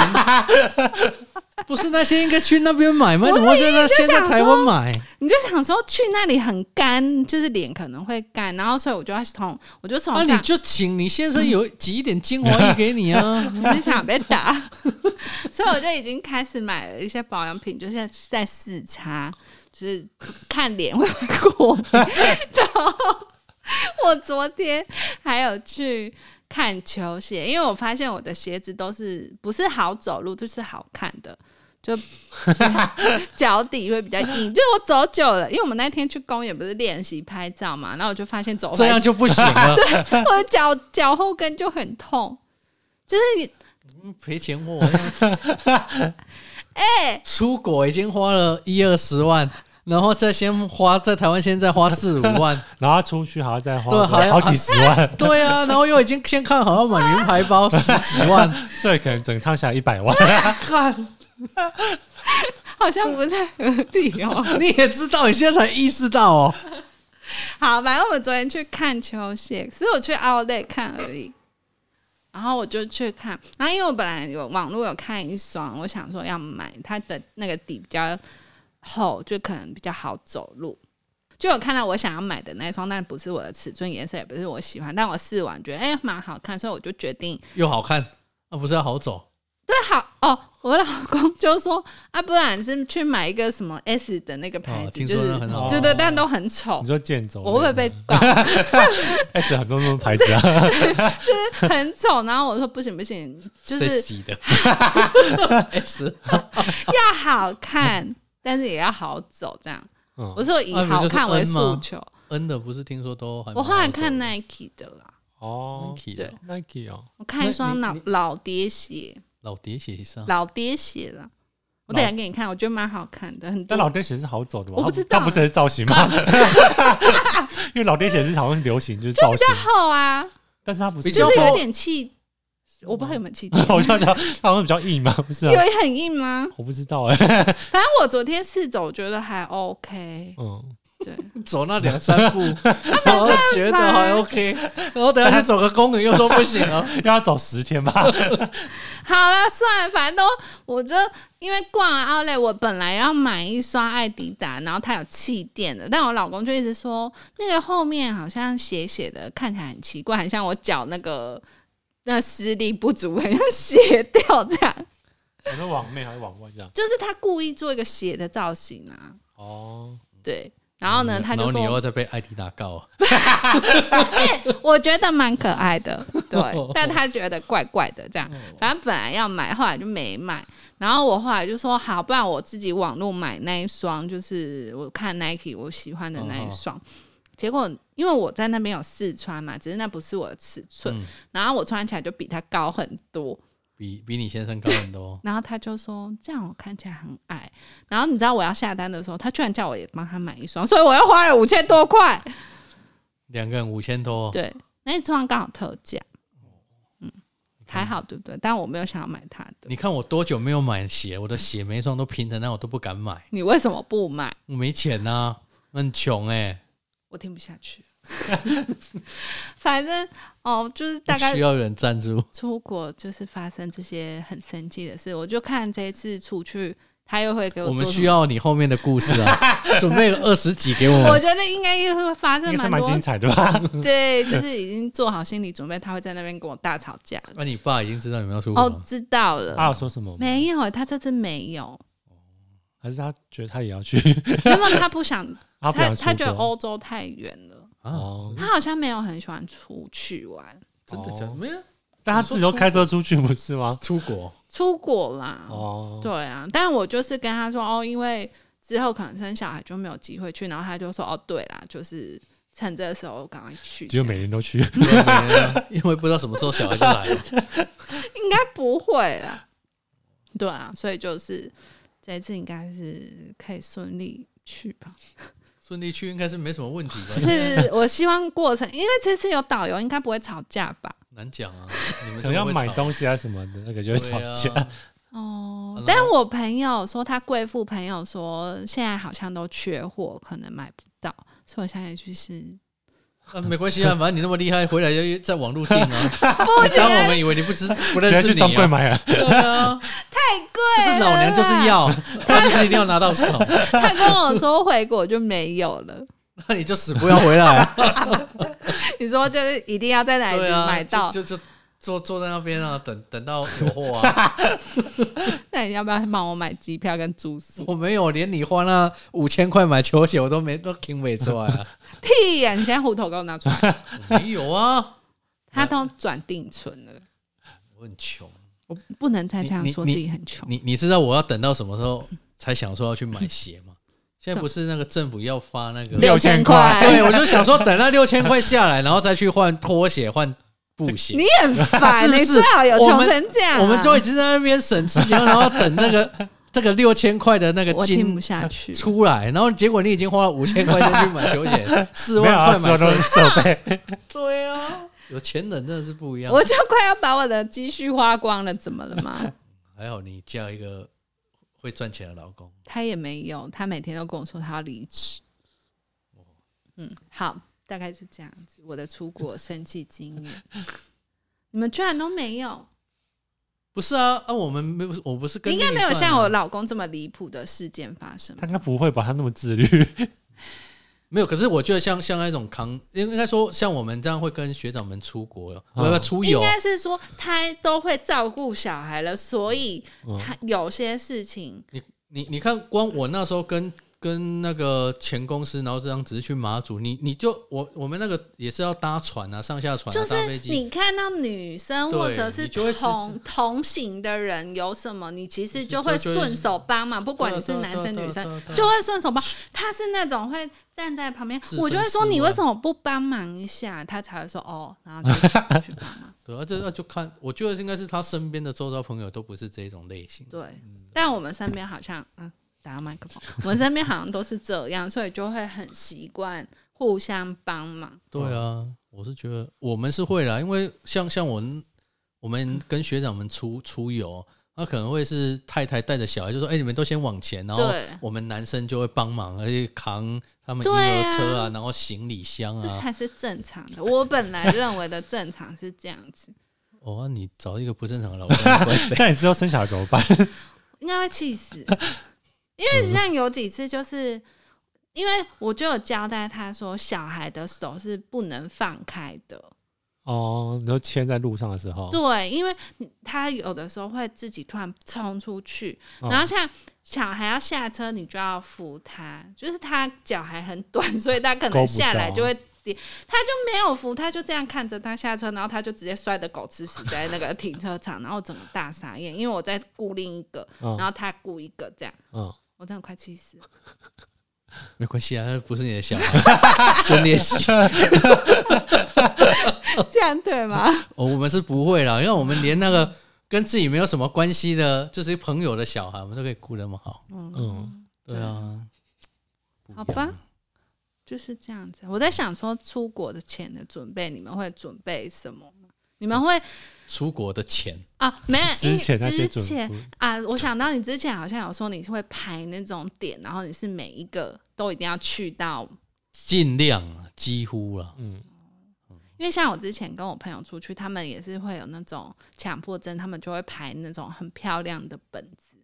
Speaker 3: 不是那些应该去那边买吗？怎么现在先在台湾买？
Speaker 2: 你就想说去那里很干，就是脸可能会干，然后所以我就要从我就从
Speaker 3: 啊，
Speaker 2: 这
Speaker 3: 你
Speaker 2: 样
Speaker 3: 就请你先生
Speaker 2: 嗯
Speaker 3: 有挤一点精华液给你啊。
Speaker 2: 我就想被打，所以我就已经开始买了一些保养品，就是在试擦，就是看脸会不会过敏。 然后我昨天还有去看球鞋，因为我发现我的鞋子都是不是好走路，就是好看的。就 脚底会比较硬，就是我走久了，因为我们那天去公园不是练习拍照嘛， 然后我就发现走
Speaker 3: 这
Speaker 2: 回
Speaker 3: 样就不行 了，
Speaker 2: 我的脚脚后跟就很痛，就是
Speaker 3: 嗯赔钱 货。哎，出国已经花了一二十万，然后再先花在台湾现在花四五万，
Speaker 1: 然后他出去还要再花
Speaker 3: 对啊还要
Speaker 1: 好几十万，
Speaker 3: 对啊，然后又已经先看好要买名牌包十几万，
Speaker 1: 所以可能整趟下来 一百万。
Speaker 3: 看
Speaker 2: 好像不太合理 哦。
Speaker 3: 你也知道，你现在才意识到哦。
Speaker 2: 好，反正我们昨天去看球鞋，只是我去 Outlet 看而已。然后我就去看，然后因为我本来有网络有看一双，我想说要买，它的那个底比较厚，就可能比较好走路。就有看到我想要买的那一双，但不是我的尺寸，颜色也不是我喜欢，但我试完觉得哎蛮、好看，所以我就决定
Speaker 3: 又好看，那、不是要好走？
Speaker 2: 对好哦。我老公就说啊，不然是去买一个什么 S 的那个牌
Speaker 3: 哦
Speaker 2: 子，
Speaker 3: 听
Speaker 2: 就
Speaker 3: 说
Speaker 2: 是
Speaker 3: 那很好
Speaker 2: 对对，但都很丑
Speaker 1: 你，说健走，
Speaker 2: 我会不会被告？
Speaker 1: S 很多那种牌子 啊？
Speaker 2: 很丑。然后我说不行不行，就
Speaker 3: 谁
Speaker 2: 是
Speaker 3: 洗 的 S，
Speaker 2: 要好看， 但是也要好走。这样，
Speaker 1: 嗯
Speaker 2: 我说以
Speaker 3: 啊不
Speaker 2: 好
Speaker 3: 就是
Speaker 2: 看为
Speaker 3: N 吗
Speaker 2: 诉求。
Speaker 3: N 啊嗯的不是听说都很
Speaker 2: 我后来看
Speaker 3: 那
Speaker 2: Nike 的啦，
Speaker 1: 哦
Speaker 3: Nike 的
Speaker 2: 对，
Speaker 1: ，Nike 哦，
Speaker 2: 我看一双
Speaker 3: 那
Speaker 2: 老
Speaker 3: 你嗯
Speaker 2: 老爹鞋，
Speaker 3: 老爹鞋上
Speaker 2: 老爹鞋啦。我
Speaker 1: 老
Speaker 2: 等一下给你看，我觉得蛮好看的，很多
Speaker 1: 但老爹鞋是好走的吗？
Speaker 2: 我不
Speaker 1: 它
Speaker 2: 知道
Speaker 1: 它不是很造型吗？因为老爹鞋是好像是流行就是造型，
Speaker 2: 厚啊，
Speaker 1: 但是它不是
Speaker 3: 比较
Speaker 2: 就
Speaker 1: 好
Speaker 2: 是
Speaker 3: 厚
Speaker 2: 有点气，我不知道有没 有气垫，
Speaker 1: 我像它 它好像比较硬嘛，不是啊？
Speaker 2: 有很硬吗？
Speaker 1: 我不知道哎、
Speaker 2: 反正我昨天试走，我觉得还 OK。
Speaker 1: 嗯，
Speaker 2: 对，
Speaker 3: 走那两三 步，然后觉得还 OK，然后等下去走个公园又说不行哦了，
Speaker 1: 要走十天吧？
Speaker 2: 好了，算了，反正都我就因为逛了 Outlet，我本来要买一双艾迪达，然后它有气垫的，但我老公就一直说那个后面好像斜斜的，看起来很奇怪，很像我脚那个那施力不足， 很像斜掉这样，
Speaker 1: 我说往内还是往外这样？
Speaker 2: 就是他故意做一个斜的造型啊，
Speaker 1: 哦，
Speaker 2: 对。然后呢，他
Speaker 3: 然
Speaker 2: 就
Speaker 3: 后你又要
Speaker 2: 说，
Speaker 3: 再被艾迪达告啊，
Speaker 2: 我觉得蛮可爱的，对，但他觉得怪怪的这样。反正本来要买，后来就没买。然后我后来就说好，不然我自己网络买那一双，就是我看 Nike 我喜欢的那一双。结果因为我在那边有试穿嘛，只是那不是我的尺寸，
Speaker 3: 嗯
Speaker 2: 然后我穿起来就比它高很多。，
Speaker 3: 比比你先生高很多
Speaker 2: 然后他就说这样我看起来很矮。然后你知道我要下单的时候，他居然叫我也帮他买一双，所以我又花了五千多块。
Speaker 3: 两个人五千
Speaker 1: 哦
Speaker 3: 多，
Speaker 2: 对，那一双刚好特价，嗯，还好对不对？但我没有想要买它的。
Speaker 3: 你看我多久没有买鞋？我的鞋每一双都平的，那我都不敢买，
Speaker 2: 你为什么不买？
Speaker 3: 我没钱 呐、很穷哎、
Speaker 2: 我听不下去。 反正哦，就是大概
Speaker 3: 需要有人赞助。
Speaker 2: 出国就是发生这些很生气的事，我就看这一次出去，他又会给
Speaker 3: 我
Speaker 2: 做
Speaker 3: 们
Speaker 2: 什么
Speaker 3: 需，要你后面的故事 啊，准备个二十几给我
Speaker 2: 我
Speaker 3: 们。
Speaker 2: 觉得应该会发
Speaker 1: 应
Speaker 2: 生
Speaker 1: 该是蛮精
Speaker 2: 多，
Speaker 1: 彩的吧？
Speaker 2: 对，就是已经做好心理准备，他会在那边跟我大吵 架。
Speaker 1: 哦
Speaker 3: 那、啊你爸已经知道你们要出国
Speaker 2: 哦
Speaker 3: 吗，？
Speaker 2: 知道了，
Speaker 1: 他有啊说什么吗？
Speaker 2: 没有，他这次没有，
Speaker 1: 还是他觉得他也要去？
Speaker 2: 那么他不想，
Speaker 1: 他不
Speaker 2: 他
Speaker 1: 想出
Speaker 2: 他觉得哦嗯
Speaker 1: 国
Speaker 2: 欧洲太远了，
Speaker 3: 啊，
Speaker 1: 哦，
Speaker 2: 他好像没有很喜欢出去玩，
Speaker 3: 真的假的？
Speaker 1: 哦
Speaker 3: 没有
Speaker 1: 但他自己都开车出去不是吗？
Speaker 3: 出 国，
Speaker 2: 出国啦。
Speaker 1: 哦，
Speaker 2: 对啊，但我就是跟他说哦，因为之后可能生小孩就没有机会去，然后他就说哦，对啦，就是趁这个时候赶快去这
Speaker 1: 结
Speaker 2: 样。
Speaker 1: 果每年都去，
Speaker 3: 因为没人啊因为不知道什么时候小孩就来了。
Speaker 2: 应该不会啦。对啊，所以就是这一次应该是可以顺利去吧。
Speaker 3: 顺利去应该是没什么问题吧？
Speaker 2: 就是我希望过程，因为这次有导游，应该不会吵架吧？
Speaker 3: 难讲啊，你 们
Speaker 1: 可能要买
Speaker 3: 西
Speaker 1: 东西啊什么的，那个就会
Speaker 3: 啊
Speaker 1: 吵架。
Speaker 2: 哦
Speaker 3: 嗯，
Speaker 2: 但我朋友说，他贵妇朋友说，现在好像都缺货，可能买不到，所以我现在去试。
Speaker 3: 啊，没关系啊，反正你那么厉害，回来要在网络订 啊。不当我们以为你不知不
Speaker 1: 直接
Speaker 3: 认识
Speaker 1: 去
Speaker 3: 你、啊
Speaker 1: 专，柜买啊！
Speaker 3: 对啊，
Speaker 2: 太
Speaker 3: 就
Speaker 2: 贵
Speaker 3: 是老娘就是要， 那就是一定要拿到手，
Speaker 2: 他跟我说回国就没有了。
Speaker 3: 那你就死不要回来。
Speaker 2: 你说就是一定要在哪里
Speaker 3: 对啊，
Speaker 2: 买到？
Speaker 3: 就就就坐坐在那边啊，等等到有货啊。
Speaker 2: 那你要不要帮我买机票跟住宿？
Speaker 3: 我没有，连你花那五千块买球鞋，我都没都听不出来啊。
Speaker 2: 屁呀、你现在户头给我拿出来，
Speaker 3: 我没有啊，
Speaker 2: 他都转定存了，
Speaker 3: 我很穷。
Speaker 2: 我不能再这样说
Speaker 3: 你
Speaker 2: 自
Speaker 3: 你
Speaker 2: 己很穷。
Speaker 3: 你你知道我要等到什么时候才想说要去买鞋吗？现在不是那个政府要发那个
Speaker 1: 六千块
Speaker 3: 对，我就想说等那六千块下来，然后再去换拖鞋、换布鞋。
Speaker 2: 你很烦，
Speaker 3: 是不
Speaker 2: 你
Speaker 3: 是
Speaker 2: 最好有
Speaker 3: 我
Speaker 2: 穷
Speaker 3: 们
Speaker 2: 成这样啊、
Speaker 3: 我们就已经在那边省吃俭用，然后等那个这个六千块的那个
Speaker 2: 我听
Speaker 3: 金
Speaker 2: 不下去。
Speaker 3: 出来，然后结果你已经花了五千块钱去买球 鞋，四
Speaker 1: 没有
Speaker 3: 万
Speaker 1: 啊
Speaker 3: 块买
Speaker 1: 所有
Speaker 3: 设
Speaker 1: 都是设备，
Speaker 3: 对啊，有钱人真的是不一样。
Speaker 2: 我就快要把我的积蓄花光了，怎么 了吗？
Speaker 3: 还好你嫁一个会赚钱的老公，
Speaker 2: 他也没有，他每天都跟我说他要离职。
Speaker 3: 哦
Speaker 2: 嗯，好，大概是这样子。我的出国生计经验， 你们居然都没有，
Speaker 3: 不是啊？啊，我们没有，我不是跟
Speaker 2: 应该没有
Speaker 3: 另一半啊
Speaker 2: 像我老公这么离谱的事件发生吧
Speaker 1: 他。应该不会吧？他那么自律，
Speaker 3: 没有。可是我觉得像像那种扛，应应该说像我们这样会跟学长们出国，不、不出
Speaker 2: 应
Speaker 3: 游，
Speaker 2: 该是说他都会照顾小孩了，所以
Speaker 3: 嗯
Speaker 2: 他有些事情
Speaker 3: 你你看，光我那时候跟跟那个前公司，然后这样只是去马祖，你你就我我们那个也是要搭船啊，上下船、啊，
Speaker 2: 就
Speaker 3: 搭
Speaker 2: 是
Speaker 3: 飞机。
Speaker 2: 你看到女生
Speaker 3: 对
Speaker 2: 或者是
Speaker 3: 你就会支持
Speaker 2: 同同行的人有什么，你其实就会
Speaker 3: 就就会
Speaker 2: 顺手帮忙，不管你是男生女生，
Speaker 3: 生
Speaker 2: 就会顺手帮。他是那种会站在旁边
Speaker 3: 置，身
Speaker 2: 我就会说
Speaker 3: 事外
Speaker 2: 你为什么不帮忙一下？他才会说哦，然 后就去帮忙。
Speaker 3: 对啊，这那就看，我觉得应该是他身边的周遭朋友都不是这种类型。
Speaker 2: 对，
Speaker 3: 嗯
Speaker 2: 但我们身边好像嗯，打到麦克风，我们身边好像都是这样，所以就会很习惯互相帮忙。
Speaker 3: 对啊，我是觉得我们是会啦，因为像像我们我们跟学长们出出游，那可能会是太太带着小孩，就说：“哎、你们都先往前。”然后
Speaker 2: 对
Speaker 3: 我们男生就会帮忙，而且扛他们婴
Speaker 2: 对啊
Speaker 3: 儿车啊，然后行李箱
Speaker 2: 这
Speaker 3: 啊。
Speaker 2: 才是正常的。我本来认为的正常是这样子，
Speaker 3: 哦，啊你找一个不正常的老公，你会
Speaker 1: 那你之后生小孩怎么办？
Speaker 2: 应该会气死。因
Speaker 1: 嗯
Speaker 2: 为像有几次，就是因为我就有交代他说，小孩的手是不能放开的。
Speaker 1: 哦，你说牵在路上的时候，
Speaker 2: 对，因为你他有的时候会自己突然冲出去，
Speaker 1: 哦
Speaker 2: 然后像小孩要下车，你就要扶他，就是他脚还很短，所以他可
Speaker 1: 够
Speaker 2: 能
Speaker 1: 不
Speaker 2: 下来
Speaker 1: 到
Speaker 2: 就会跌，他就没有扶，他就这样看着他下车，然后他就直接摔得狗吃屎在那个停车场，然后我整个大傻眼，因为我在顾另一个，
Speaker 1: 嗯
Speaker 2: 然后他顾一个这样。
Speaker 1: 嗯，
Speaker 2: 我真的快气死了！
Speaker 3: 没关系啊，那不是你的小孩， 先练习。
Speaker 2: 这样对 吗？
Speaker 3: 哦，我们是不会啦，因为我们连那个跟自己没有什么关系的，就是朋友的小孩，我们都可以顾得那么好。
Speaker 1: 嗯，
Speaker 3: 对啊，
Speaker 1: 啊
Speaker 2: 好吧，就是这样子。啊我在想说，出国的前的准备，你们会准备什么吗？你们会
Speaker 3: 出国的钱。
Speaker 2: 啊，没有因
Speaker 1: 之
Speaker 2: 为
Speaker 1: 前那些
Speaker 2: 之
Speaker 1: 准
Speaker 2: 前
Speaker 1: 备
Speaker 2: 啊，我想到你之前好像有说你是会排那种点，然后你是每一个都一定要去到，
Speaker 3: 尽量啊，几乎了。
Speaker 1: 嗯，
Speaker 2: 因为像我之前跟我朋友出去，他们也是会有那种强迫症，他们就会排那种很漂亮的本子，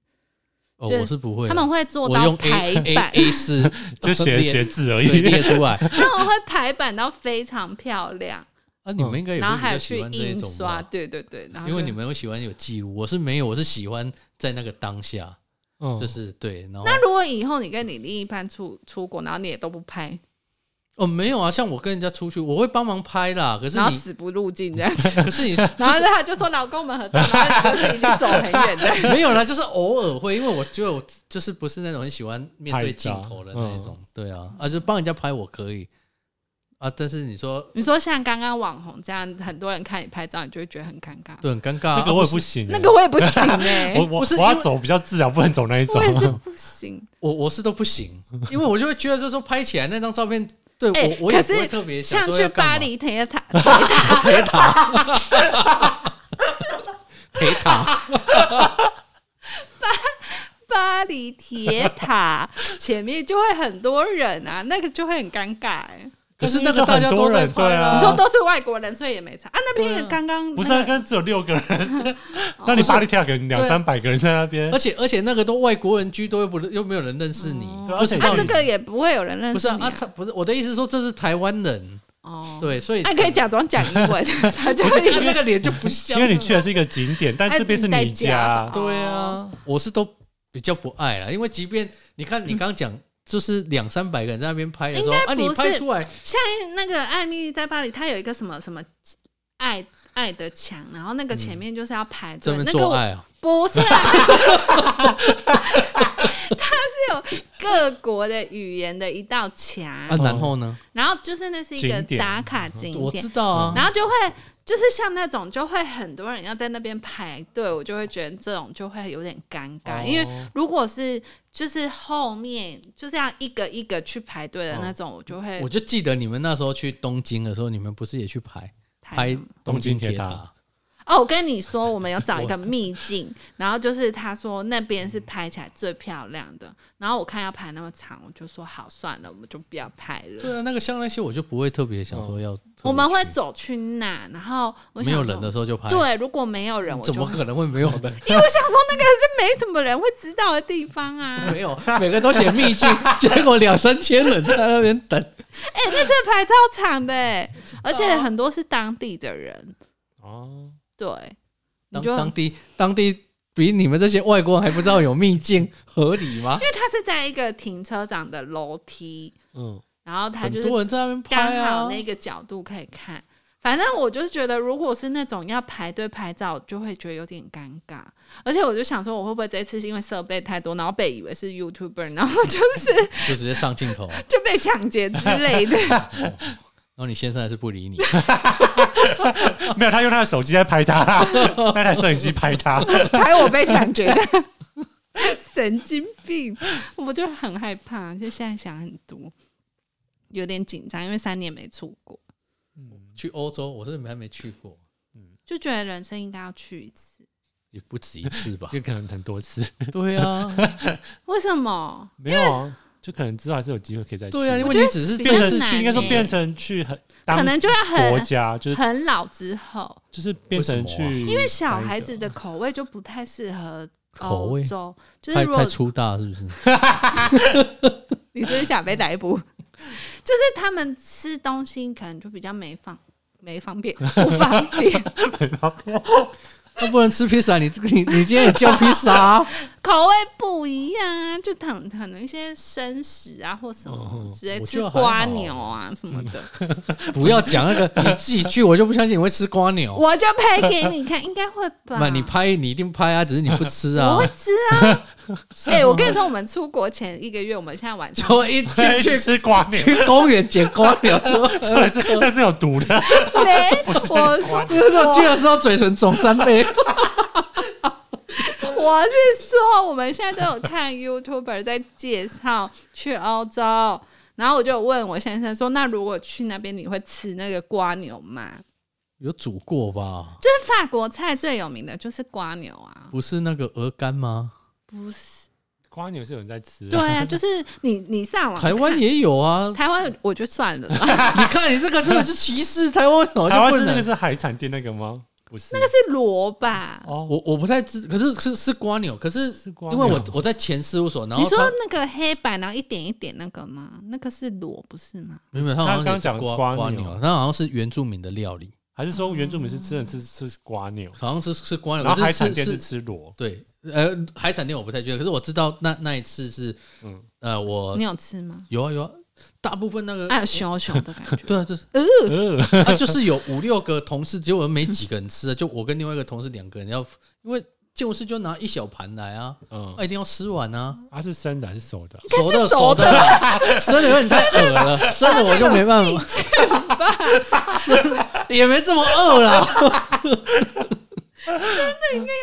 Speaker 3: 哦，
Speaker 2: 就
Speaker 3: 我是不会
Speaker 2: 他
Speaker 3: 的，
Speaker 2: 们会做
Speaker 3: 我
Speaker 2: 到
Speaker 3: 用 A
Speaker 2: 排
Speaker 3: A
Speaker 2: 版，
Speaker 3: A 四
Speaker 1: 就写
Speaker 3: 列
Speaker 1: 写字而
Speaker 3: 对
Speaker 1: 已。
Speaker 3: 列出来。
Speaker 2: 他们会排版到非常漂亮，
Speaker 3: 啊，你们应该也
Speaker 2: 然后
Speaker 3: 会比
Speaker 2: 还
Speaker 3: 较
Speaker 2: 有去
Speaker 3: 喜欢这一
Speaker 2: 印
Speaker 3: 种
Speaker 2: 刷，
Speaker 3: 吧？
Speaker 2: 对对对，嗯然后
Speaker 3: 因为
Speaker 2: 就
Speaker 3: 你们会喜欢有记录，我是没有，我是喜欢在那个当下，
Speaker 1: 嗯
Speaker 3: 就，是对。然后
Speaker 2: 哦那如果以后你跟你另一半出出国，然后你也都不拍，
Speaker 3: 哦，没有啊，像我跟人家出去，我会帮忙拍啦。可是
Speaker 2: 然后
Speaker 3: 你，
Speaker 2: 死不入境这样子，
Speaker 3: 可是你 就
Speaker 2: 然后他就说老公我们合照，然后就是已经走很远 的。
Speaker 3: 没有啦，就是偶尔会，因为我觉得我就是不是那种很喜欢面对
Speaker 1: 拍照嗯
Speaker 3: 镜头的那一种。对啊，啊，就帮人家拍我可以啊，但是你说
Speaker 2: 你说像刚刚网红这样，很多人看你拍照，你就会觉得很尴尬。
Speaker 3: 对很尴尬啊，
Speaker 1: 那个我
Speaker 3: 啊
Speaker 1: 也不行欸，
Speaker 2: 那个我也 不行哎、
Speaker 1: 我我
Speaker 3: 不是
Speaker 1: 我要
Speaker 3: 因为
Speaker 1: 走比较自然，不能走那一种
Speaker 2: 我。 也
Speaker 3: 啊
Speaker 2: 是不行。
Speaker 3: 我我是都不行，因为我就会觉得，就是说拍起来那张照片，对、
Speaker 2: 哎
Speaker 3: 我我也
Speaker 2: 可
Speaker 3: 不会
Speaker 2: 是
Speaker 3: 特别想
Speaker 2: 像
Speaker 3: 说
Speaker 2: 去
Speaker 3: 要干嘛
Speaker 2: 巴黎铁塔，
Speaker 3: 铁塔，
Speaker 2: 巴黎铁塔前面就会很多人啊，那个就会很尴尬哎、
Speaker 3: 可是那个大家都在拍
Speaker 1: 啊
Speaker 2: 你说都是外国人，所以也没差啊。那
Speaker 3: 对啊
Speaker 2: 边刚刚、那个、
Speaker 1: 不是啊，跟只有六个人，那你巴黎跳可能两
Speaker 3: 对啊
Speaker 1: 三百个人在那边
Speaker 3: 而，且而且那个都外国人居多，又不又没有人认识你，
Speaker 1: 嗯对
Speaker 3: 不是
Speaker 1: 而且
Speaker 2: 啊，
Speaker 1: 到
Speaker 2: 这
Speaker 1: 底
Speaker 2: 个也不会有人认
Speaker 3: 不是
Speaker 2: 识
Speaker 3: 啊
Speaker 2: 你、
Speaker 3: 啊，他不是我的意思是说这是台湾人，
Speaker 2: 哦，
Speaker 3: 对，所以
Speaker 2: 那、可以假装讲英文， 他就
Speaker 3: 不是
Speaker 2: 会以为
Speaker 3: 看那个脸就不像
Speaker 1: 因为你去的是一个景点，但
Speaker 2: 哎
Speaker 1: 这边是
Speaker 2: 你
Speaker 1: 你
Speaker 2: 在家
Speaker 1: 家，
Speaker 3: 对
Speaker 2: 哦
Speaker 3: 啊，我是都比较不爱啦，因为即便你看你刚讲。就是两三百个人在那边拍的时候，
Speaker 2: 应该
Speaker 3: 啊，你
Speaker 2: 不是
Speaker 3: 拍出来，
Speaker 2: 像那个艾米丽在巴黎，她有一个什么什么爱爱的墙，然后那个前面
Speaker 3: 哦
Speaker 2: 就是要排队，
Speaker 3: 这边
Speaker 2: 那个
Speaker 3: 做
Speaker 2: 我
Speaker 3: 爱啊，
Speaker 2: 不是啊，它是有各国的语言的一道墙
Speaker 1: 哦
Speaker 3: 啊，，然后呢？
Speaker 2: 然后就是那是一个
Speaker 1: 景点
Speaker 2: 打卡景
Speaker 3: 我
Speaker 2: 点
Speaker 3: 知，道啊，
Speaker 2: 然后就会就是像那种就会很多人要在那边排队，我就会觉得这种就会有点尴尬，因为
Speaker 3: 为
Speaker 2: 如果是就是后面就这样一个一个去排队的那种，我就会
Speaker 3: 哦我就记得你们那时候去东京的时候，你们不是也去排
Speaker 2: 排
Speaker 3: 拍东京铁
Speaker 1: 东京铁
Speaker 3: 塔？
Speaker 2: 哦，我跟你说，我们有找 一个秘境，然后就是他说那边是拍起来最漂亮的，然后我看要排那么长，我就说好算了，我们就不要排了。
Speaker 3: 对啊，那个像那些我就不会特别想说要特别去，
Speaker 2: 我们会走去那，然后我
Speaker 3: 没
Speaker 2: 想
Speaker 3: 有
Speaker 2: 说
Speaker 3: 人的时候就拍，，
Speaker 2: 对，如果没有人，我就
Speaker 3: 怎么可能会没有 人？
Speaker 2: 因为我想说那个是没什么人会知道的地方啊。
Speaker 3: 没有，每个都写秘境，结果两三千人在那边等。
Speaker 2: 哎、那这排超长的、欸，而且很多是当地的人，
Speaker 1: 哦，
Speaker 2: 对，你
Speaker 3: 当
Speaker 2: 就
Speaker 3: 当地当地比你们这些外国人还不知道有秘境， 合理吗？
Speaker 2: 因为他是在一个停车场的楼梯，
Speaker 1: 嗯，
Speaker 2: 然后他
Speaker 3: 很
Speaker 2: 就是
Speaker 3: 多人在那边
Speaker 2: 刚
Speaker 3: 拍
Speaker 2: 好
Speaker 3: 啊，
Speaker 2: 那个角度可以看。反正我就是觉得，如果是那种要排队拍照，就会觉得有点尴尬。而且我就想说，我会不会这一次是因为设备太多，然后被以为是 YouTuber，然后就是
Speaker 3: 就直接上镜头，然
Speaker 2: 就被抢劫之类的？
Speaker 3: 后你先生还是不理 你。
Speaker 1: 没有，他用他的手机在拍他，那台摄影机拍他，。
Speaker 2: 拍我被抢 劫的，神经病！我就很害怕，就现在想很多，有点紧张，因为三年没出国，
Speaker 3: 去欧洲，我是还没去过，
Speaker 2: 就觉得人生应该要去一次。
Speaker 3: 也不止一次吧
Speaker 1: 就可能很多次，
Speaker 3: 对啊，
Speaker 2: 为什么？
Speaker 1: 没有啊，就可能之后还是有机会可以再去
Speaker 3: 对啊，因
Speaker 2: 我
Speaker 3: 为
Speaker 2: 觉得
Speaker 3: 你只是
Speaker 2: 比
Speaker 3: 这
Speaker 2: 较
Speaker 1: 变
Speaker 3: 次
Speaker 1: 成
Speaker 2: 难
Speaker 1: 去
Speaker 3: 去，
Speaker 1: 应该说
Speaker 2: 欸
Speaker 1: 变成去很当
Speaker 2: 可能就要
Speaker 1: 国
Speaker 2: 很
Speaker 1: 家，就是
Speaker 2: 很老之后。
Speaker 1: 就是变成
Speaker 3: 为什么啊
Speaker 1: 去，
Speaker 2: 因为小孩 子的口味就不太适合
Speaker 3: 口
Speaker 2: 欧
Speaker 3: 味
Speaker 2: 洲，哦就是
Speaker 3: 太
Speaker 2: 如果
Speaker 3: 太粗大是不是？
Speaker 2: 你是不是想被逮捕，就是他们吃东西可能就比较没方没方便，不方便，
Speaker 3: 那不能吃披萨，你你你今天也叫披萨啊？
Speaker 2: 口味不一样啊，就可能可能一些生食啊或什么之类，
Speaker 3: 哦我觉
Speaker 2: 吃
Speaker 3: 得还好嗯
Speaker 2: 瓜牛啊什么的，
Speaker 3: 不要讲那个，你自己去，我就不相信你会吃瓜牛。
Speaker 2: 我就拍给你看，应该会吧
Speaker 3: 那？你拍，你一定拍啊，只是你不吃
Speaker 2: 我
Speaker 3: 啊
Speaker 2: 会。吃啊！ 哎、我跟你
Speaker 3: 说，
Speaker 2: 说，我们出国前一个月，我们现在晚 上
Speaker 3: 就一进
Speaker 1: 去
Speaker 3: 去
Speaker 1: 吃瓜牛，
Speaker 3: 去公园捡瓜 牛，说
Speaker 1: 那是那是有毒的，
Speaker 2: 没， 我说
Speaker 3: 那时候去的时候嘴唇肿三倍，
Speaker 2: 我是说，我们现在都有看 YouTuber 在介绍去欧洲，然后我就有问我先生说：“那如果去那边，你会吃那个瓜牛吗
Speaker 3: 有煮过吧？”？
Speaker 2: 就是法国菜最有名的就是瓜牛啊，
Speaker 3: 不是那个鹅肝吗？
Speaker 2: 不是？
Speaker 1: 瓜牛是有人在吃，
Speaker 2: 对，啊，就是你你上网看。
Speaker 3: 台湾也有啊
Speaker 2: 台湾我就算了啦，
Speaker 3: 你看你这个真的是歧视台湾，我
Speaker 1: 台
Speaker 3: 就
Speaker 1: 湾
Speaker 3: 不
Speaker 1: 是那个
Speaker 3: 能。
Speaker 1: 是海产店那个吗？不是，那
Speaker 2: 这是萝吧？
Speaker 1: 哦，
Speaker 3: 我我不太知，可是是是瓜牛，可是
Speaker 1: 是瓜
Speaker 3: 因
Speaker 1: 牛
Speaker 3: 为我我在前事务所，然后
Speaker 2: 你说
Speaker 3: 他
Speaker 2: 那个黑白，然后一点一点那个吗？那个是裸不是吗？
Speaker 3: 没有，他好像
Speaker 1: 他刚
Speaker 3: 也是
Speaker 1: 讲
Speaker 3: 瓜
Speaker 1: 瓜
Speaker 3: 瓜
Speaker 1: 牛
Speaker 3: 牛，他好像是原住民的料理，
Speaker 1: 还是说原住民是真的是吃瓜牛，
Speaker 3: 好像是是瓜牛。
Speaker 1: 然后
Speaker 3: 可是
Speaker 1: 海产店
Speaker 3: 是
Speaker 1: 是吃螺，
Speaker 3: 对，呃，海产店我不太确定，可是我知道那那一次是，
Speaker 1: 嗯
Speaker 3: 呃，我
Speaker 2: 你有吃吗？
Speaker 3: 有啊有啊，大部分那个
Speaker 2: 还有熊熊的感觉，
Speaker 3: 对啊，就是
Speaker 1: 呃，
Speaker 3: 啊，就是有五六个同事，结果没几个人吃啊，就我跟另外一个同事两个人要，因为建筑师就拿一小盘来啊，
Speaker 1: 嗯，
Speaker 3: 啊一定要吃完啊，
Speaker 1: 它是生的还是熟的？啊
Speaker 3: 熟的
Speaker 2: 是
Speaker 3: 熟
Speaker 2: 熟的
Speaker 3: 的啦，生的有点 太恶了，生的啊我就没办法，也没这么饿啦。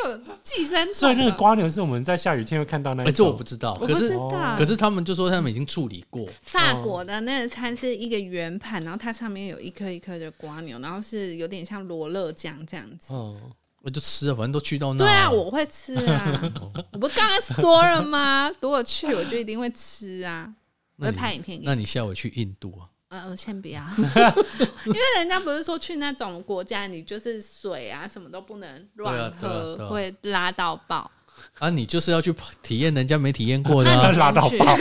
Speaker 2: 有寄生虫。
Speaker 1: 所以那个瓜牛是我们在下雨天会看到那
Speaker 3: 哎，
Speaker 1: 一
Speaker 3: 这我
Speaker 1: 种
Speaker 3: 不，知道，
Speaker 2: 我
Speaker 3: 可
Speaker 2: 不知
Speaker 3: 是
Speaker 2: 道。
Speaker 3: 可是嗯他们就说他们已经处理过，
Speaker 2: 法国的那个餐是一个圆盘，然后它上面有一颗一颗的瓜牛，然后是有点像罗勒酱这样子。
Speaker 1: 嗯，
Speaker 3: 我就吃了，反正都去到那。
Speaker 2: 对啊，我会吃啊！
Speaker 3: 哦
Speaker 2: 我不刚刚说了吗？如果去，我就一定会吃啊！
Speaker 3: 那
Speaker 2: 我会
Speaker 3: 你
Speaker 2: 拍影片给
Speaker 3: 那
Speaker 2: 你。
Speaker 3: 你下午去印度啊？
Speaker 2: 呃，我先不要， 因为人家不是说去那种国家，你就是水啊什么都不能乱
Speaker 3: 对啊对啊
Speaker 2: 喝，
Speaker 3: 对啊
Speaker 2: 会拉到爆。
Speaker 3: 啊，你就是要去 体验人家没体验过的、
Speaker 2: 那
Speaker 3: 啊
Speaker 2: 你，
Speaker 1: 拉到
Speaker 2: 先去，
Speaker 1: 爆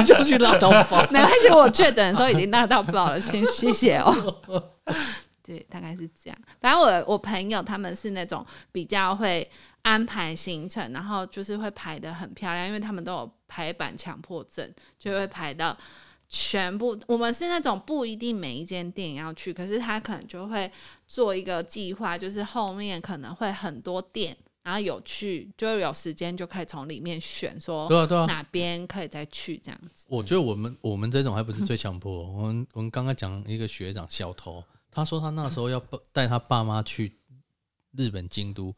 Speaker 3: 你就去拉刀包。
Speaker 2: 没关系，我确诊的时候已经拉到爆了，先谢谢哦。 对，大概是这样。反正我我朋友他们是那种比较会安排行程，然后就是会排的很漂亮，因为他们都有排版强迫症，就会排到全部。我们是那种不一定每一间店要去，可是他可能就会做一个计划，就是后面可能会很多店，然后有去，就有时间就可以从里面选说
Speaker 3: 对啊对啊，
Speaker 2: 哪边可以再去这样子。
Speaker 3: 我觉得我们我们这种还不是最强迫。我们我们刚刚讲一个学长小头，他说他那时候要爸带他爸妈去日本京都，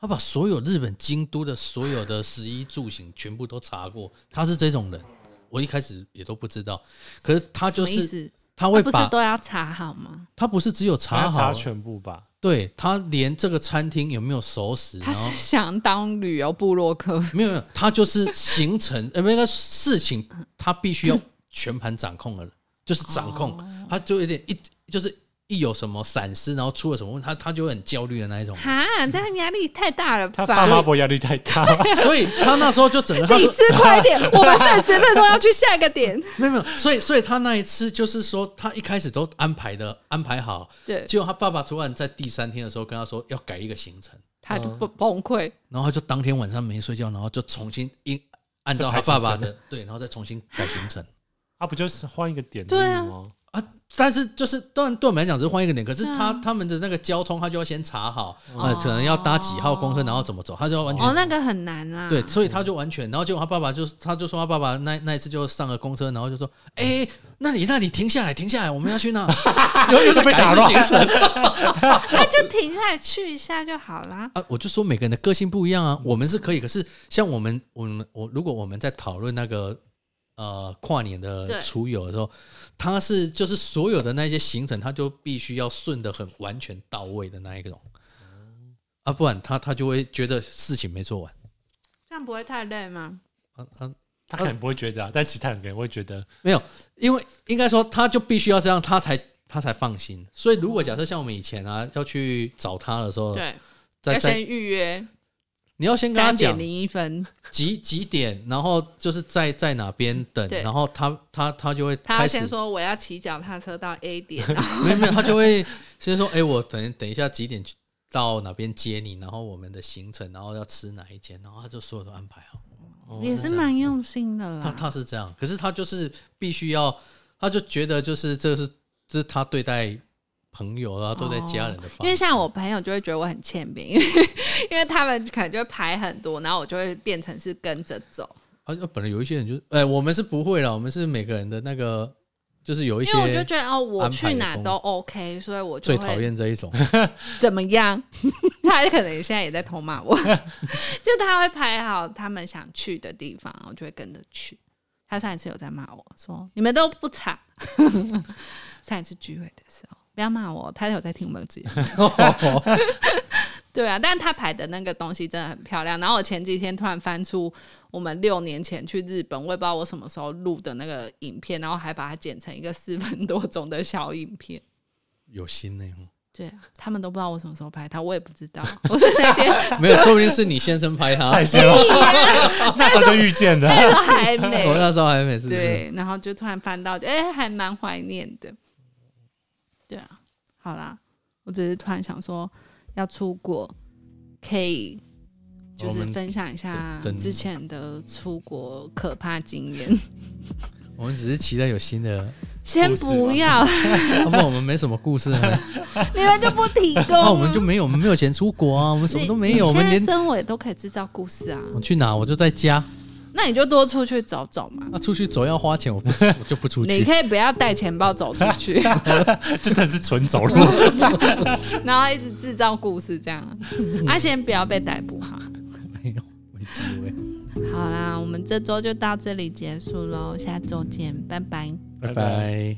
Speaker 3: 他把所有日本京都的所有的食衣住行全部都查过。他是这种人，我一开始也都不知道，可是他就
Speaker 2: 什么意
Speaker 3: 是
Speaker 2: 思？
Speaker 3: 他
Speaker 2: 那
Speaker 3: 会
Speaker 2: 哦不
Speaker 3: 把
Speaker 2: 是都要查好吗？
Speaker 3: 他不是只有查
Speaker 1: 查
Speaker 3: 好啊
Speaker 1: 查
Speaker 3: 了，
Speaker 1: 全部吧。
Speaker 3: 对他连这个餐厅有没有熟食，
Speaker 2: 他
Speaker 3: 然后
Speaker 2: 是想当旅游部落客，。
Speaker 3: 没有没有，他就是行程， 呃，那个事情他必须要全盘掌控了，就是掌控，他就有点一就是一有什么闪失，然后出了什么问题，他他就会很焦虑的那一种
Speaker 2: 哈，这样压力太大了
Speaker 1: 他
Speaker 2: 吧？
Speaker 1: 爸妈不会压力太大，
Speaker 3: 所以他那时候就整 个他
Speaker 2: 理
Speaker 3: 说
Speaker 2: 智快 一点，我们三十分钟要去下一个点。
Speaker 3: 没有没有，所以所以他那一次就是说他一开始都安排的安排好，
Speaker 2: 对，
Speaker 3: 结果他爸爸突然在第三天的时候跟他说要改一个行程，
Speaker 2: 他就崩崩溃。
Speaker 3: 然后他就当天晚上没睡觉，然后就重新一按照他爸爸的对，然后再重新改行程。
Speaker 1: 他啊不就是换一个点
Speaker 2: 对啊
Speaker 1: 而已吗？
Speaker 3: 啊，但是就是当然对我们来讲只是换一个点，可是
Speaker 2: 对啊
Speaker 3: 他、他们的那个交通他就要先查好，
Speaker 2: 哦
Speaker 3: 呃，可能要搭几号公车，然后怎么走，他就要完全、
Speaker 2: 哦，那个很难啊。
Speaker 3: 对，所以他就完全，然后结果他爸爸就他就说他爸爸那那一次就上了公车，然后就说，哎、那里那里停下来，停下来，我们要去那， 又又在
Speaker 1: 被打
Speaker 3: 改
Speaker 1: 乱
Speaker 3: 行程
Speaker 2: 那就停下来去一下就好啦。
Speaker 3: 啊，我就说每个人的个性不一样啊，我们是可以，可是像我们我们我如果我们在讨论那个。呃，跨年
Speaker 2: 对
Speaker 3: 的出游的时候，他是就是所有的那些行程，他就必须要顺的很完全到位的那一种，啊，不然他他就会觉得事情没做完，
Speaker 2: 这样不会太累吗？
Speaker 3: 啊啊，
Speaker 1: 他可能不会觉得、啊，但其他人可能会觉得，
Speaker 3: 没有，因为应该说他就必须要这样，他才他才放心。所以如
Speaker 2: 哦
Speaker 3: 果假设像我们以前啊，要去找他的时候，
Speaker 2: 对，
Speaker 3: 在
Speaker 2: 要
Speaker 3: 哦在
Speaker 2: 先预约
Speaker 3: 你要先跟他
Speaker 2: 三
Speaker 3: 讲
Speaker 2: 点零一分，
Speaker 3: 几几点，然后就是在在哪边等，
Speaker 2: 对
Speaker 3: 然后他他他就会
Speaker 2: 他要
Speaker 3: 开
Speaker 2: 先
Speaker 3: 始，
Speaker 2: 说我要骑脚踏车到 A 点， 啊
Speaker 3: 没有没有，他就会先说，哎、我等等一下几点去到哪边接你，然后我们的行程，然后要吃哪一间，然后他就所有都安排好。
Speaker 1: 哦
Speaker 2: 也是蛮用心的
Speaker 3: 他
Speaker 2: 啦。
Speaker 3: 他是这样，可是他就是必须要，他就觉得就是这是这是他对待朋友啊，对待家人的方式。
Speaker 2: 因为像我朋友就会觉得我很欠扁，因为因为他们可能就会排很多，然后我就会变成是跟着走，
Speaker 3: 啊，那本来有一些人就是，哎、我们是不会啦，我们是每个人的那个，就是有一
Speaker 2: 因
Speaker 3: 些
Speaker 2: 为我就觉得哦，我
Speaker 3: 安排的
Speaker 2: 去哪
Speaker 3: 工
Speaker 2: 都 OK，所以我就
Speaker 3: 最
Speaker 2: 会
Speaker 3: 讨厌这一种，
Speaker 2: 怎么样？ 他可能现在也在偷骂我， 就他会排好他们想去的地方，我就会跟着去。他上一次有在骂我说：“你们都不查。” 上一次聚会的时候，不要骂我，他有在听我们的节目。 对啊，但他排的那个东西真的很漂亮。然后我前几天突然翻出我们六年前去日本，我也不知道我什么时候录的那个影片，然后还把它剪成一个四分多钟的小影片。
Speaker 3: 有心呢、
Speaker 2: 对啊，他们都不知道我什么时候拍他，我也不知道。我是那天
Speaker 3: 没有，说不定是你先生
Speaker 2: 啊
Speaker 3: 拍他，
Speaker 1: 蔡先生，那时候就遇 见的，
Speaker 2: 那时候还
Speaker 3: 我
Speaker 2: 没
Speaker 3: 那时候还没是不是，
Speaker 2: 对，然后就突然翻到，哎、还蛮怀念的。对啊，好啦，我只是突然想说要出国，可以就
Speaker 3: 我
Speaker 2: 是
Speaker 3: 们
Speaker 2: 分享一下
Speaker 3: 等等
Speaker 2: 之前的出国可怕经验。
Speaker 3: 我们只是期待有新的，
Speaker 2: 先不要，
Speaker 3: 要不然我们没什么故事呢，
Speaker 2: 你们就不提供、啊
Speaker 3: 那我们就没有，我们没有钱出国啊，我们什么都没有，我
Speaker 2: 你
Speaker 3: 们
Speaker 2: 现在
Speaker 3: 连
Speaker 2: 生活也都可以制造故事啊，
Speaker 3: 我去哪我就在家，
Speaker 2: 那你就多出去走走嘛。
Speaker 3: 那、出去走要花钱，我不出我就不出
Speaker 2: 你
Speaker 3: 去，
Speaker 2: 可以不要带钱包走出去，
Speaker 1: 就真的是纯走路。
Speaker 2: 然后一直制造故 事这样啊。啊，先不要被逮捕哈。
Speaker 3: 没有没机会，
Speaker 2: 好啦，我们这周就到这里结束喽，下周见，拜拜。
Speaker 3: 拜拜。